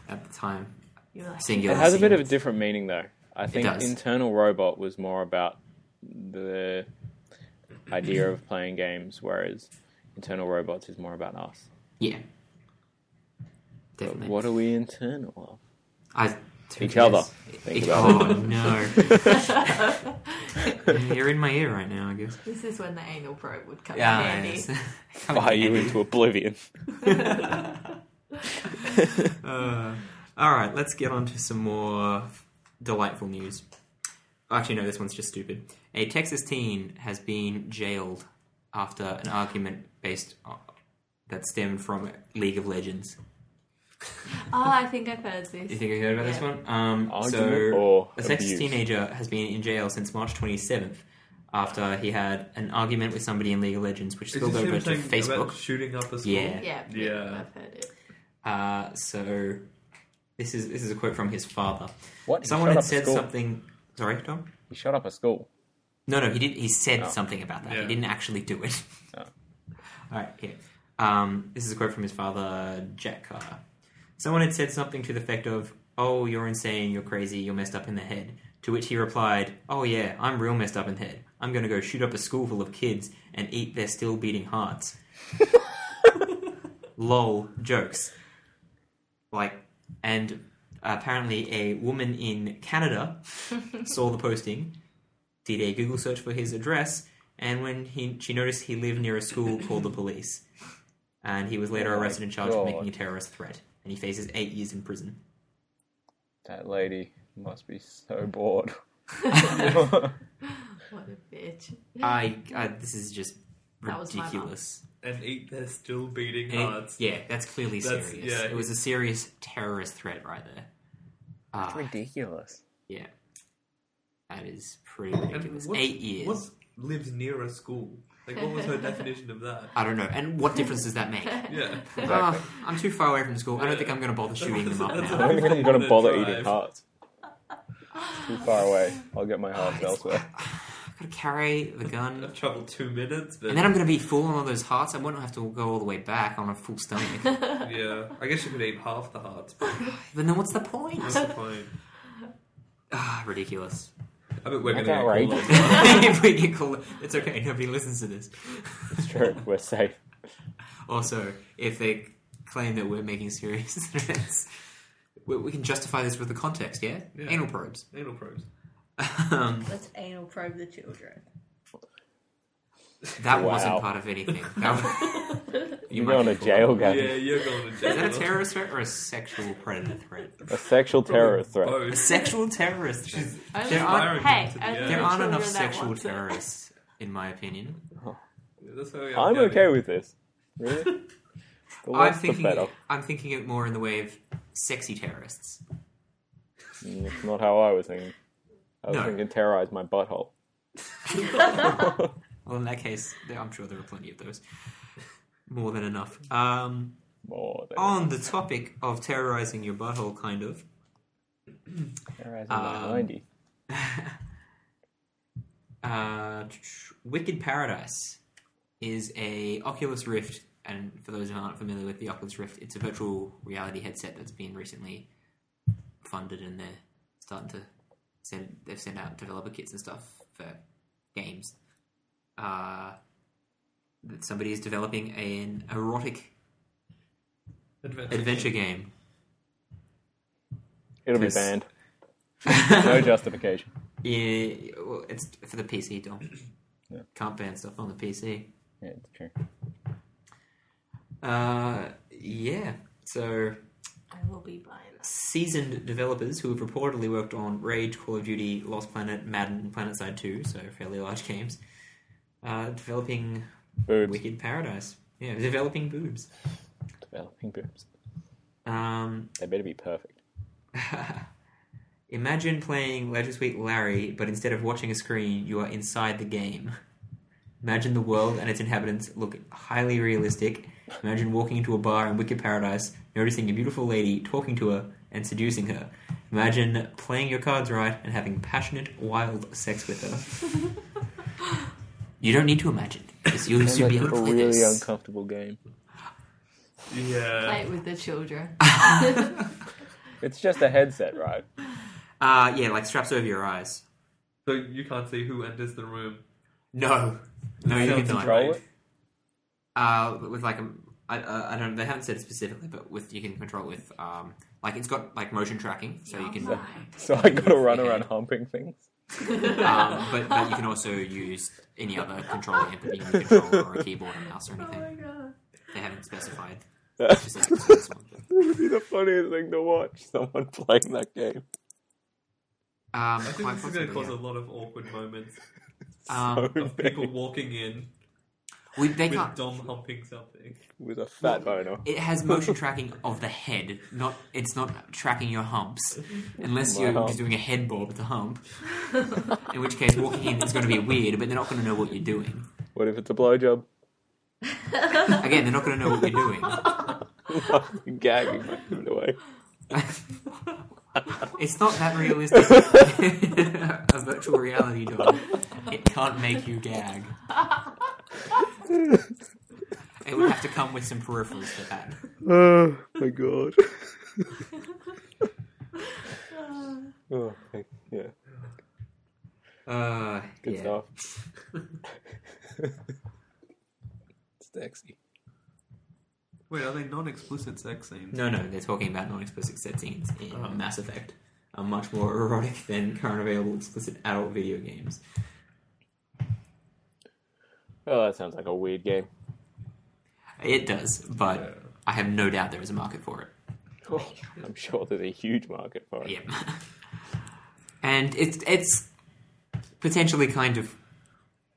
A: At the time,
C: You're like,
A: Singular.
D: it has a bit of a different meaning though. I think
A: does.
D: internal robot was more about the idea of playing games, whereas internal robots is more about us.
A: yeah,
D: But
A: definitely.
D: what are we internal
A: I,
D: Each other. Think
A: Each,
D: about
A: oh no! You're in my ear right now. I guess.
C: This is when the anal probe would come
A: Yeah.
C: in handy.
A: yes.
D: of? Fire you into oblivion.
A: Uh, all right, let's get on to some more delightful news. Actually, no, this one's just stupid. A Texas teen has been jailed after an argument based on, that stemmed from League of Legends.
C: Oh, I think I've heard this.
A: You think I heard about this
C: Yeah.
A: one? Um, so,
D: Argument or
A: a Texas
D: abuse?
A: teenager has been in jail since March 27th after he had an argument with somebody in League of Legends, which
B: Is
A: spilled
B: this
A: over
B: him
A: to
B: saying
A: Facebook.
B: about shooting up a school?
A: Yeah.
C: Yeah,
B: Yeah.
C: I've heard it.
A: Uh, so, this is this is a quote from his father.
D: What? He
A: Someone
D: shot
A: had
D: up a
A: said
D: school.
A: something. Sorry, Tom.
D: He shot up a school.
A: No, no, he did. He said
D: Oh.
A: something about that. He
B: Yeah.
A: didn't actually do it.
D: Oh.
A: All right, here. Um, this is a quote from his father, Jack Carter. Someone had said something to the effect of, "Oh, you're insane. You're crazy. You're messed up in the head." To which he replied, "Oh yeah, I'm real messed up in the head. I'm going to go shoot up a school full of kids and eat their still beating hearts." Lol jokes. Like, and apparently a woman in Canada saw the posting did a Google search for his address, and when he she noticed he lived near a school, called the police, and he was later
D: Oh my
A: arrested and charged with
D: God.
A: making a terrorist threat, and he faces eight years in prison.
D: That lady must be so bored.
C: What a bitch.
A: I, I this is just
C: That was my mum.
A: ridiculous.
B: And eat their still beating
A: And it-
B: hearts.
A: yeah, that's clearly
B: That's-
A: serious.
B: yeah.
A: it was a serious terrorist threat right there. Ah,
D: Ridiculous.
A: yeah, that is pretty
B: And
A: ridiculous.
B: what-
A: Eight years.
B: What lives near a school? Like, what was her definition of that?
A: I don't know. And what difference does that make?
B: Yeah.
D: Exactly.
A: Ah, I'm too far away from school. I don't
B: Yeah.
A: think I'm going to bother shooting them up
B: That's-
A: now.
D: I don't think I'm
B: People
D: going to
B: that
D: bother
B: drive.
D: eating hearts. Too far away. I'll get my hearts elsewhere.
A: I've got to carry the gun.
B: I've traveled two minutes, but
A: And then I'm going to be full on all those hearts. I won't have to go all the way back on a full stomach.
B: yeah, I guess you could eat half the hearts. But
A: but then what's the point?
B: what's the point?
A: Ah, ridiculous.
B: I bet we're going
D: That's
B: to get called
D: outrageous.
B: up.
A: if we get called, it's okay. Nobody listens to this.
D: It's true. We're safe.
A: Also, if they claim that we're making serious threats, we, we can justify this with the context. Yeah,
B: Yeah.
A: anal probes.
B: Anal probes.
A: Um,
C: Let's anal probe the children.
A: that
D: Wow.
A: wasn't part of anything. That was,
D: You
A: might
D: are going
A: be
D: to
A: caught.
D: jail
B: Yeah,
D: game.
B: you're going to jail.
A: Is that a terrorist threat or a sexual predator threat?
D: A sexual terrorist threat.
A: A
B: Both.
A: sexual terrorist. threat.
B: uh,
C: Only
A: There aren't-
C: one- hey,
B: Yeah.
C: only
A: There
C: the
A: aren't
C: children
A: enough
C: that
A: sexual
C: want it.
A: terrorists, in my opinion.
B: That's how we
D: I'm
B: have
D: okay
B: it.
D: with this. Really? The
A: I'm
D: worse,
A: thinking.
D: the better.
A: I'm thinking it more in the way of sexy terrorists.
D: Mm, That's not how I was thinking. I was
A: No.
D: thinking terrorize my butthole.
A: Well, in that case, there, I'm sure there are plenty of those. More than enough. Um,
D: More than
A: on the topic of terrorizing your butthole, kind of.
D: terrorizing my
A: um,
D: hiney.
A: Uh, Wicked Paradise is a Oculus Rift, and for those who aren't familiar with the Oculus Rift, it's a virtual reality headset that's been recently funded, and they're starting to send. They've sent out developer kits and stuff for games. Uh, that somebody is developing an erotic
B: Adventure.
A: adventure game.
D: It'll be
A: Yes.
D: banned. No justification.
A: Yeah, well, it's for the PC, Dom.
D: Yeah.
A: Can't ban stuff on the PC.
D: Yeah, it's true.
A: Uh, yeah. So
C: I will be buying this.
A: seasoned developers who have reportedly worked on Rage, Call of Duty, Lost Planet, Madden, and PlanetSide 2, so fairly large games, uh, developing
D: Boobs.
A: Wicked Paradise. Yeah, developing boobs.
D: Developing boobs.
A: Um,
D: They better be perfect.
A: imagine playing Leisure Suite Larry, but instead of watching a screen, you are inside the game. Imagine the world and its inhabitants look highly realistic. Imagine walking into a bar in Wicked Paradise, noticing a beautiful lady, talking to her, and seducing her. Imagine playing your cards right and having passionate, wild sex with her. you don't need to imagine. Because you'll
D: Sounds
A: soon
D: like
A: be able
D: a
A: to play
D: really
A: this.
D: uncomfortable game.
B: Yeah.
C: Play it with the children.
A: Um,
D: It's just a headset, right?
A: Uh, yeah, like straps over your eyes.
B: So you can't see who enters the room.
A: No. No, you
B: Sounds
A: cannot.
D: Control it.
A: uh, with like a, I, uh, I don't. They haven't said it specifically, but with you can control it with um, like it's got like motion tracking, so you can.
C: Oh
A: Um,
C: my.
D: So I gotta run around humping things.
A: um, but, but you can also use any other controller input, you can controller or a keyboard or mouse or anything.
C: Oh god.
A: They haven't specified. It's
D: That'd
A: just like this one. Um,
D: be the funniest thing to watch. Someone playing that game.
A: Um,
B: I think
A: quite
B: this is going to
A: possibly,
B: cause a
A: yeah.
B: lot of awkward moments
A: Um,
D: so
B: of people
D: big.
B: walking in
A: we, they
B: with
A: can't.
B: Dom humping something.
D: With a fat boner.
A: It has motion tracking of the head. Not it's not tracking your humps, unless
D: My
A: you're
D: hump.
A: just doing a head bob with a hump. in which case, walking in is going to be weird, but they're not going to know what you're doing.
D: What if it's a blowjob?
A: Again, they're not going to know what you're doing.
D: I'm gagging by the way.
A: It's not that realistic. a virtual reality dog. It can't make you gag. It would have to come with some peripherals for that.
D: Oh my god. oh, thank- yeah,
A: Uh,
D: good
A: yeah.
D: stuff. it's sexy.
B: Wait, are they non-explicit sex scenes?
A: No, no, they're talking about non-explicit set scenes in Mass Effect. Are much more erotic than current available explicit adult video games.
D: Oh, that sounds like a weird game.
A: It does, but I have no doubt there is a market for it.
D: I'm sure there's a huge Oh, market for it.
A: Yep. and it's it's potentially kind of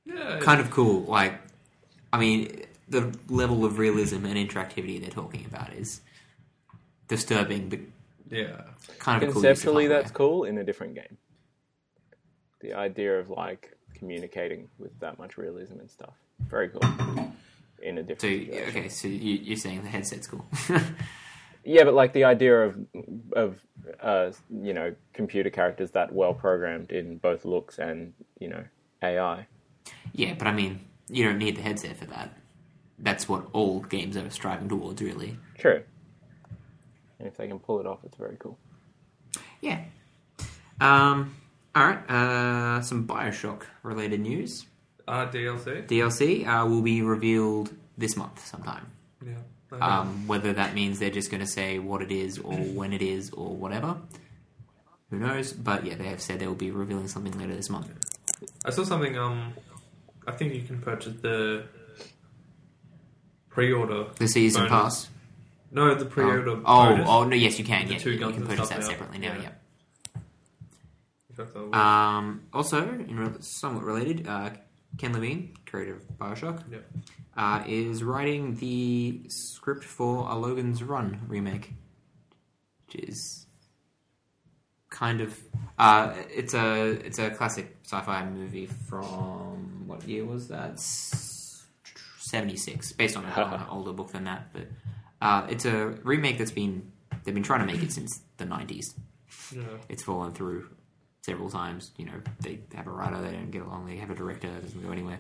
B: Yeah.
A: kind of cool. Like, I mean, the level of realism and interactivity they're talking about is disturbing, but
B: yeah.
A: kind of a cool. use of
D: Conceptually,
A: hardware.
D: that's cool in a different game. The idea of like communicating with that much realism and stuff. Very cool. In a different
A: So
D: situation.
A: okay, so you, you're saying the headset's cool.
D: Yeah, but like the idea of of uh, you know computer characters that well programmed in both looks and you know AI.
A: yeah, but I mean, you don't need the headset for that. That's what all games are striving towards, really.
D: True. And if they can pull it off, it's very cool.
A: Yeah. Um. All right. Uh, some Bioshock related news.
B: Uh, DLC.
A: DLC uh, will be revealed this month sometime.
B: Yeah. Okay. Mm.
A: Um, whether that means they're just going to say what it is or when it is or whatever, who knows? But yeah, they have said they will be revealing something later this month.
B: I saw something. Um, I think you can purchase the pre-order.
A: The season
B: bonus.
A: pass.
B: No, the pre-order.
A: Oh, oh,
B: bonus.
A: oh, no, yes, you can.
B: The
A: Yeah,
B: two
A: you
B: guns
A: can
B: and
A: purchase
B: stuff
A: that
B: now.
A: separately now.
B: Yeah.
A: Yeah.
B: If that's all.
A: Um, also, in re- somewhat related, uh, Ken Levine, creator of Bioshock,
B: Yep.
A: uh, is writing the script for a Logan's Run remake, which is kind of uh, it's a it's a classic sci-fi movie from what year was that? Seventy six, based on an older book than that, but uh, it's a remake that's been they've been trying to make it since the nineties
B: Yeah.
A: it's fallen through several times. You know, they have a writer, they don't get along, they have a director, it doesn't go anywhere.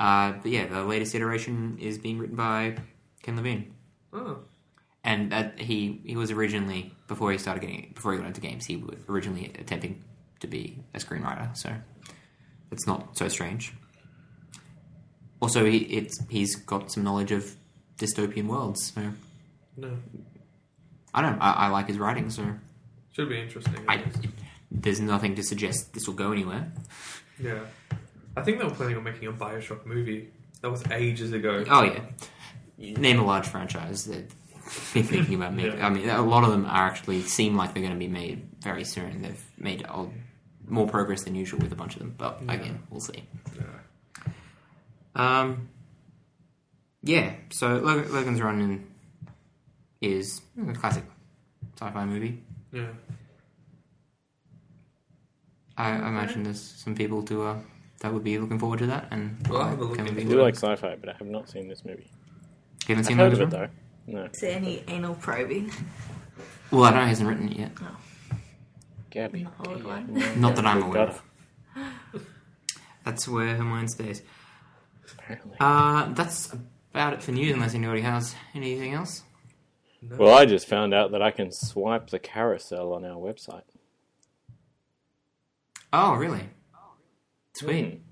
A: Uh, but yeah, the latest iteration is being written by Ken Levine,
B: Oh,
A: and that he he was originally before he started getting before he got into games, he was originally attempting to be a screenwriter. So it's not so strange. Also, he it's he's got some knowledge of dystopian worlds. So
B: no.
A: I don't. know, I, I like his writing. So
B: Should be interesting. I
A: I,
B: guess.
A: there's nothing to suggest this will go anywhere.
B: Yeah. I think they were planning on making a Bioshock movie. That was ages ago.
A: Oh yeah, name a large franchise that been thinking about making.
B: Yeah.
A: I mean, a lot of them are actually seem like they're going to be made very soon. They've made a, more progress than usual with a bunch of them, but
B: Yeah.
A: again, we'll see.
B: Yeah.
A: Um, yeah. So Logan, Logan's Run in- is hmm, a classic sci-fi movie.
B: Yeah.
A: I, I imagine there's some people to uh, that would be looking forward to that. And
B: Well, I'll have a look
A: Kevin
B: into
A: Bean.
D: I do like sci-fi, but I have not seen this movie.
A: You haven't
D: I've
A: seen
D: heard of
A: Logan's
D: it
A: Run?
D: though. No,
C: Is there any anal probing?
A: Well, I know he hasn't written it yet.
D: Gabby.
C: Not old one.
A: Not that I'm aware
D: Got it.
A: of. That's where her mind stays.
D: Apparently.
A: Uh, that's about it for news, unless anybody has anything else.
B: No.
D: Well, I just found out that I can swipe the carousel on our website.
A: Oh, really? Sweet.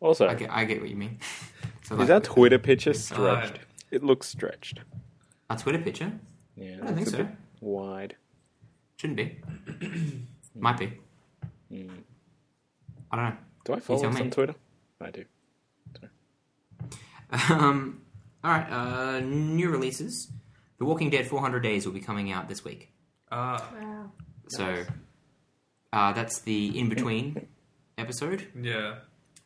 D: Also,
A: I, get, I get what you mean. So
D: Hmm. is
A: like,
D: that Twitter picture
B: Alright.
D: stretched? It looks stretched.
A: a Twitter picture?
D: Yeah, it
A: I don't think
D: looks a
A: so.
D: bit wide.
A: Shouldn't be. Might be.
D: Mm.
A: I don't know.
D: Do I follow
A: tell
D: us
A: me.
D: on Twitter? I do.
A: Um, all right. Uh, new releases. The Walking Dead 400 Days will be coming out this week.
B: Ah,
C: Wow.
A: So, uh, that's the in between episode.
B: yeah. Is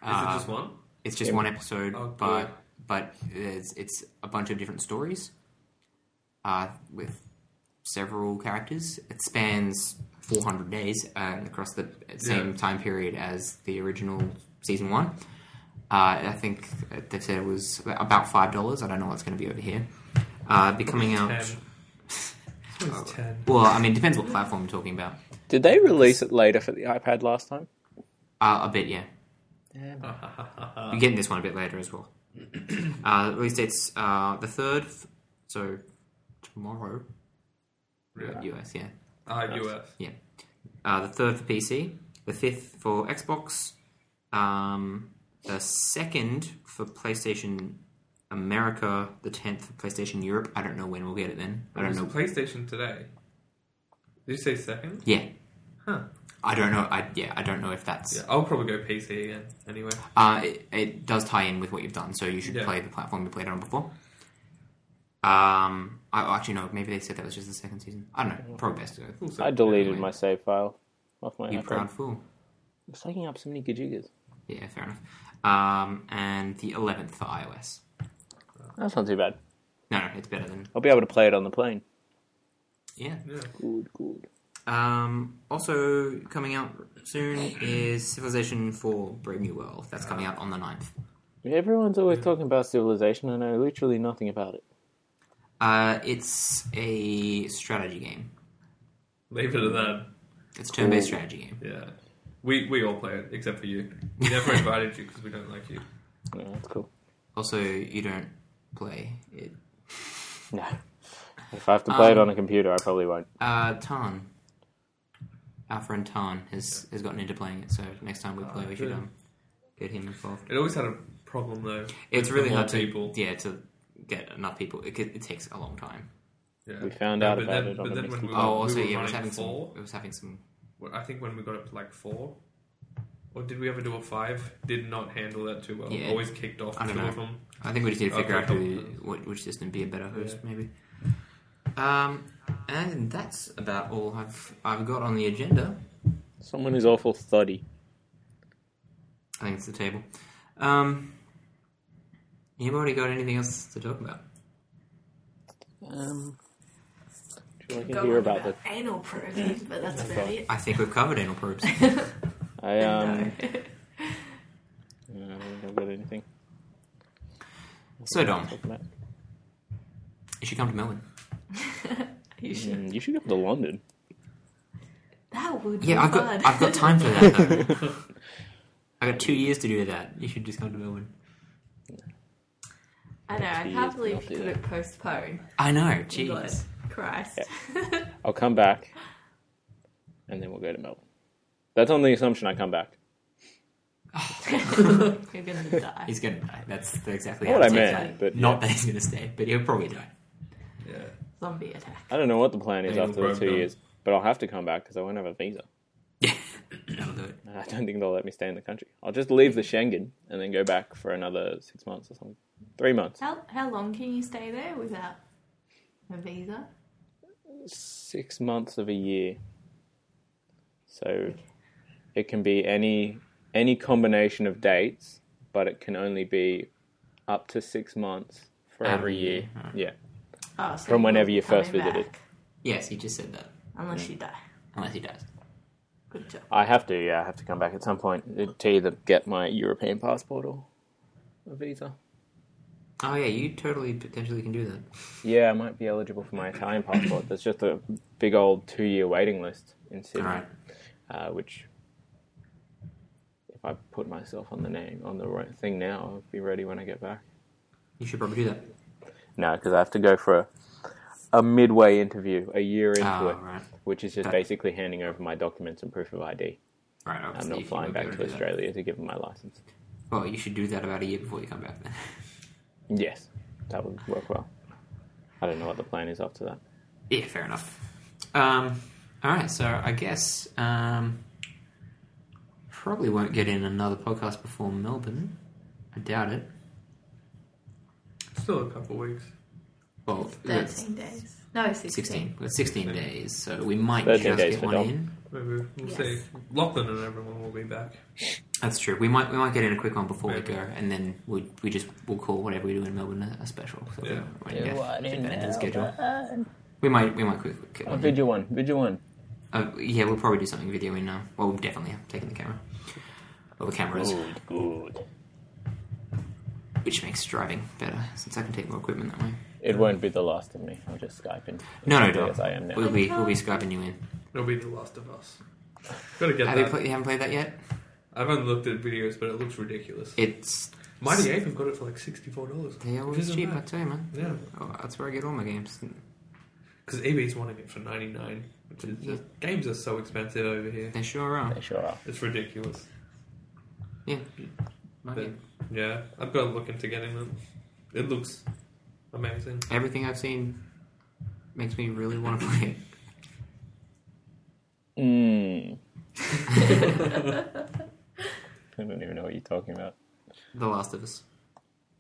A: Uh,
B: it just one?
A: It's just
D: Yeah.
A: one episode,
B: Oh,
A: but
B: cool.
A: but it's it's a bunch of different stories, uh, with several characters. It spans 400 days uh, across the same
B: Yeah.
A: time period as the original season one. Uh, I think they said it was about five dollars. I don't know what's going to be over here. Uh, be coming out.
B: Ten. This one's
A: Oh.
B: ten.
A: Well, I mean, depends what platform you're talking about.
D: Did they release it later for the iPad last time?
A: Uh, a bit, yeah.
B: yeah.
A: You're getting this one a bit later as well. uh, release date's uh, the third, so tomorrow. US, yeah.
B: Ah, US.
A: Uh, the third for PC, the fifth for Xbox, um, the second for PlayStation America, the tenth for PlayStation Europe. I don't know when we'll get it then. I don't
B: It's
A: know.
B: PlayStation today. Did you say second?
A: Yeah,
B: Huh.
A: I don't know. I yeah, I don't know if that's.
B: Yeah, I'll probably go PC again. Anyway.
A: Uh, it, it does tie in with what you've done, so you should
B: Yeah.
A: play the platform you played on before. Um, I oh, actually no. Maybe they said that was just the second season. I don't know. Probably best to go.
B: Also,
D: I deleted
A: anyway.
D: my save file off my
A: You
D: iPad.
A: proud fool.
D: It's taking up so many gigas.
A: Yeah, fair enough. Um, and the eleventh for iOS.
D: That's not too bad.
A: No, no, it's better than
D: I'll be able to play it on the plane.
A: yeah.
B: Yeah.
D: Good, good.
A: Um, also coming out soon is Civilization for Brave New World. That's coming out on the 9th.
D: Everyone's always talking about Civilization. I know literally nothing about it.
A: Uh, it's a strategy game.
B: Leave it at that.
A: It's a turn-based strategy game.
B: Yeah. We we all play it except for you. We never invited you because we don't like you.
D: No, that's cool.
A: Also, you don't play it.
D: No. If I have to play it
A: Um,
D: on a computer, I probably won't.
A: Uh, Tarn. Our friend Tarn has, has gotten into playing it, so next time we play, we should
B: Oh, good.
A: um, get him involved.
B: It always had a problem though.
A: It's
B: The
A: really
B: more
A: hard to
B: people.
A: yeah to get enough people. It, it takes a long time.
B: Yeah.
D: We found
B: Yeah,
D: out
B: but
D: about
B: then-
D: it on
B: but
D: a
B: then when
D: mixed
A: Oh,
B: we were
A: also yeah, it was
B: running
A: having some.
B: four.
A: It was having some.
B: Well, I think when we got up to like four, or did we ever do a five? Did not handle that too well.
A: Yeah.
B: Always kicked off
A: I don't
B: two
A: know.
B: of them.
A: I think we just need to figure
B: Okay,
A: out who,
B: cool.
A: what, which system would be a better host,
B: Yeah.
A: maybe. Um, and that's about all I've I've got on the agenda.
D: Someone is awful thuddy.
A: I think it's the table. Um, Anybody got anything else to talk about?
D: Um, sure I
C: Could
D: can
C: go
D: hear
C: on
D: about that.
C: anal probes, but that's about it.
A: I think we've covered anal probes.
D: I um,
C: No.
D: no, I don't think I've got anything.
A: So, Dom.
D: Talk about.
A: You should come to Melbourne.
C: you should.
D: Mm, you should go to London.
C: That would be
A: Yeah, I've
C: fun.
A: got I've got time for that. Though. I got two years to do that. You should just come to Melbourne.
C: I know. I
D: Two
C: can't
D: years,
C: believe
D: not
C: you
D: do
C: couldn't postpone.
A: I know.
C: God,
A: Jeez.
C: Christ.
D: I'll come back, and then we'll go to Melbourne. That's on the assumption I come back.
C: You're gonna die.
A: He's gonna die. That's the- exactly
D: Not
A: how
D: what I
A: it's
D: meant,
A: gonna-
D: but
A: Not
D: yeah.
A: that he's gonna stay, but he'll probably die.
B: Yeah.
C: Zombie attack.
D: I don't know what the plan is
B: Anal
D: after the
B: probe
D: two
B: done.
D: years, but I'll have to come back because I won't have a visa.
A: Yeah, that'll do it.
D: I don't think they'll let me stay in the country. I'll just leave the Schengen and then go back for another six months or something. Three months.
C: How how long can you stay there without a visa?
D: Six months of a year. So it can be any any combination of dates, but it can only be up to six months for
A: Out of
D: every
A: the year,
D: year.
A: right.
D: Yeah.
C: Oh, so
D: From
C: you
D: whenever
C: won't
D: you
C: be coming
D: first visited.
C: back
A: Yes, he just said that.
C: Unless you die.
A: Unless he dies.
C: Good job.
D: I have to, yeah, I have to come back at some point Uh, to either get my European passport or a visa.
A: Oh yeah, you totally potentially can do that.
D: Yeah, I might be eligible for my Italian passport. There's just a big old two year waiting list in Sydney,
A: Alright.
D: uh, which if I put myself on the name on the right thing now, I'll be ready when I get back.
A: You should probably do that.
D: No, because I have to go for a, a midway interview a year into
A: Oh,
D: it,
A: right.
D: which is just
A: That-
D: basically handing over my documents and proof of ID.
A: Right,
D: I'm
A: obviously.
D: not
A: you
D: flying
A: won't be
D: back
A: able
D: to
A: do that.
D: Australia to give them my license.
A: Well, you should do that about a year before you come back then.
D: Yes, that would work well. I don't know what the plan is after that.
A: yeah, fair enough. Um, all right, so I guess um, probably won't get in another podcast before Melbourne. I doubt it.
B: Still a couple of weeks.
A: Well, that's
C: Thirteen days. No, sixteen.
A: 16. Well, 16 days, so we might
D: 13
A: just
D: days
A: get
D: for
A: one
D: Dom.
A: in.
B: Maybe we'll
C: Yes.
B: see. Lachlan and everyone will be back.
A: That's true. We might we might get in a quick one before
B: Maybe.
A: we go, and then we we just we'll call whatever we do in Melbourne a, a special. So
B: Yeah.
A: we, might get, fit that into the schedule. We might we might quickly get one. in.
D: Video Oh, one, video one.
A: Uh, yeah, we'll probably do something video in. Uh, well, we'll definitely have taken the camera. Well, the cameras,
D: Good, good.
A: which makes driving better since I can take more equipment that way.
D: It won't be the last of me. I'll just Skype in.
A: No, no,
D: Because
A: no.
D: I am now.
A: We'll be we'll be skyping you in.
B: It'll be The Last of Us. Gotta get
A: Have you,
B: that.
A: play, you haven't played that yet?
B: I've only looked at videos, but it looks ridiculous.
A: It's
B: Mighty Ape have got it for like sixty-four dollars.
A: they are always cheap. I tell you, man.
B: Yeah,
A: Oh, that's where I get all my games.
B: because EB's E wanting it for ninety-nine, which is just, games are so expensive over here.
A: They sure are.
D: They sure are.
B: It's ridiculous.
A: Yeah. My game.
B: Yeah, I've got to look into getting them. It looks amazing.
A: Everything I've seen makes me really want to play it.
D: Mm. I don't even know what you're talking about.
A: The Last of Us.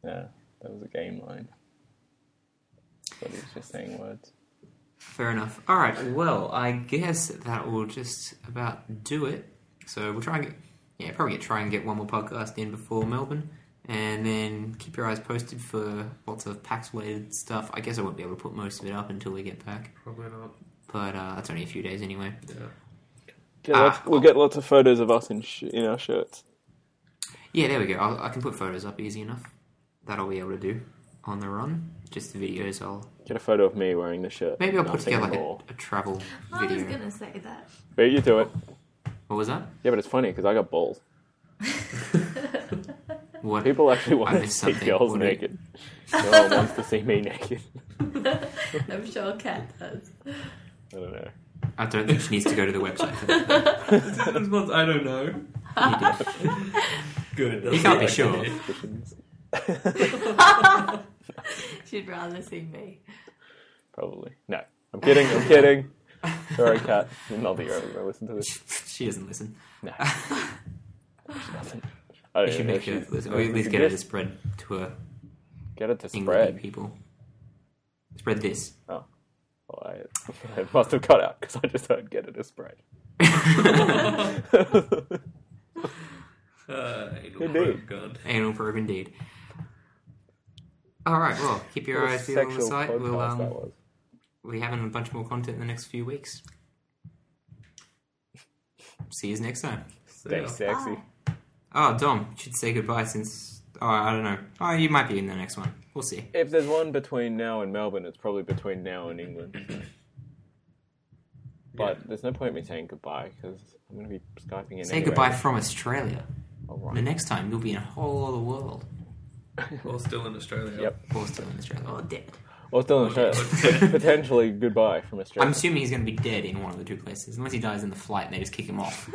D: No, that was a game line. But he was just saying words.
A: Fair enough. All right. Well, I guess that will just about do it. So we'll try and get, yeah, probably try and get one more podcast in before Melbourne, and then keep your eyes posted for lots of PAX related stuff. I guess I won't be able to put most of it up until we get back,
B: Probably not.
A: but uh, that's only a few days anyway.
B: Yeah.
D: Get
A: Ah.
D: lots- we'll get lots of photos of us in, sh- in our shirts.
A: Yeah, there we go. I'll, I can put photos up easy enough. That'll be able to do on the run. Just the videos. I'll
D: Get a photo of me wearing the shirt.
A: maybe I'll put
D: Nothing
A: together like a,
D: more.
A: a travel
C: I was
A: video.
C: gonna say that.
D: Beat you to it.
A: What was that?
D: Yeah, but it's funny because I got balls.
A: What?
D: People actually want to
A: missed
D: see
A: something.
D: girls
A: What do you-
D: naked. no one wants to see me naked.
C: I'm sure Kat does.
D: I don't know.
A: I don't think she needs to go to the website for that.
B: This one's- I don't know. Good.
A: You can't be sure.
D: Suspicions.
C: She'd rather see me.
D: Probably. No. I'm kidding. I'm kidding. Sorry, Kat. Not that you're ever going to listen to this.
A: she doesn't listen.
D: No. She doesn't. I don't
A: You should
D: even know
A: make
D: if
A: her
D: she's-
A: listen, or at least
D: Just
A: get her to spread to her
D: get it to
A: English
D: spread. Oh.
A: people. Spread this.
D: Well, I, it must have cut out because I just heard get it to spread.
B: Uh,
D: Indeed.
B: God. Uh, oh
A: Anal probe, indeed. All right. Well, keep your
D: What a
A: eyes peeled on the
D: sexual
A: site. We'll
D: podcast that
A: um,
D: was.
A: we having a bunch more content in the next few weeks. See you next time.
D: Stay sexy.
C: Bye.
A: Oh, Dom, you should say goodbye since. Oh, I don't know. Oh, you might be in the next one. We'll see.
D: If there's one between now and Melbourne, it's probably between now and England. so. But there's no point in me saying goodbye because I'm going to be skyping in.
A: Say
D: anyway.
A: goodbye from Australia.
D: All
A: The
D: right.
A: next time, you'll be in a whole other world.
B: Well, still in Australia.
D: Yep.
A: Or still in Australia.
C: Oh, dead.
D: Well, still in Australia. Potentially goodbye from
A: I'm
D: Australia.
A: assuming he's going to be dead in one of the two places, unless he dies in the flight and they just kick him off.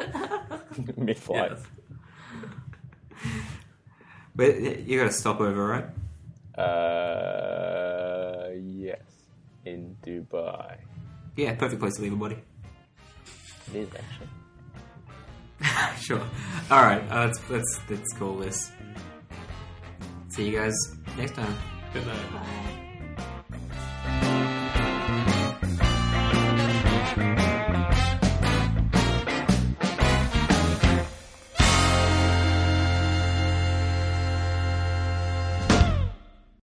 D: Mid-flight.
B: Yes.
A: But uh, you got a stopover, right?
D: Uh, yes, in Dubai.
A: Yeah, perfect place to leave a body.
D: It is actually.
A: sure. All right, uh, let's let's let's call this. See you guys next time.
B: Good night.
C: Bye.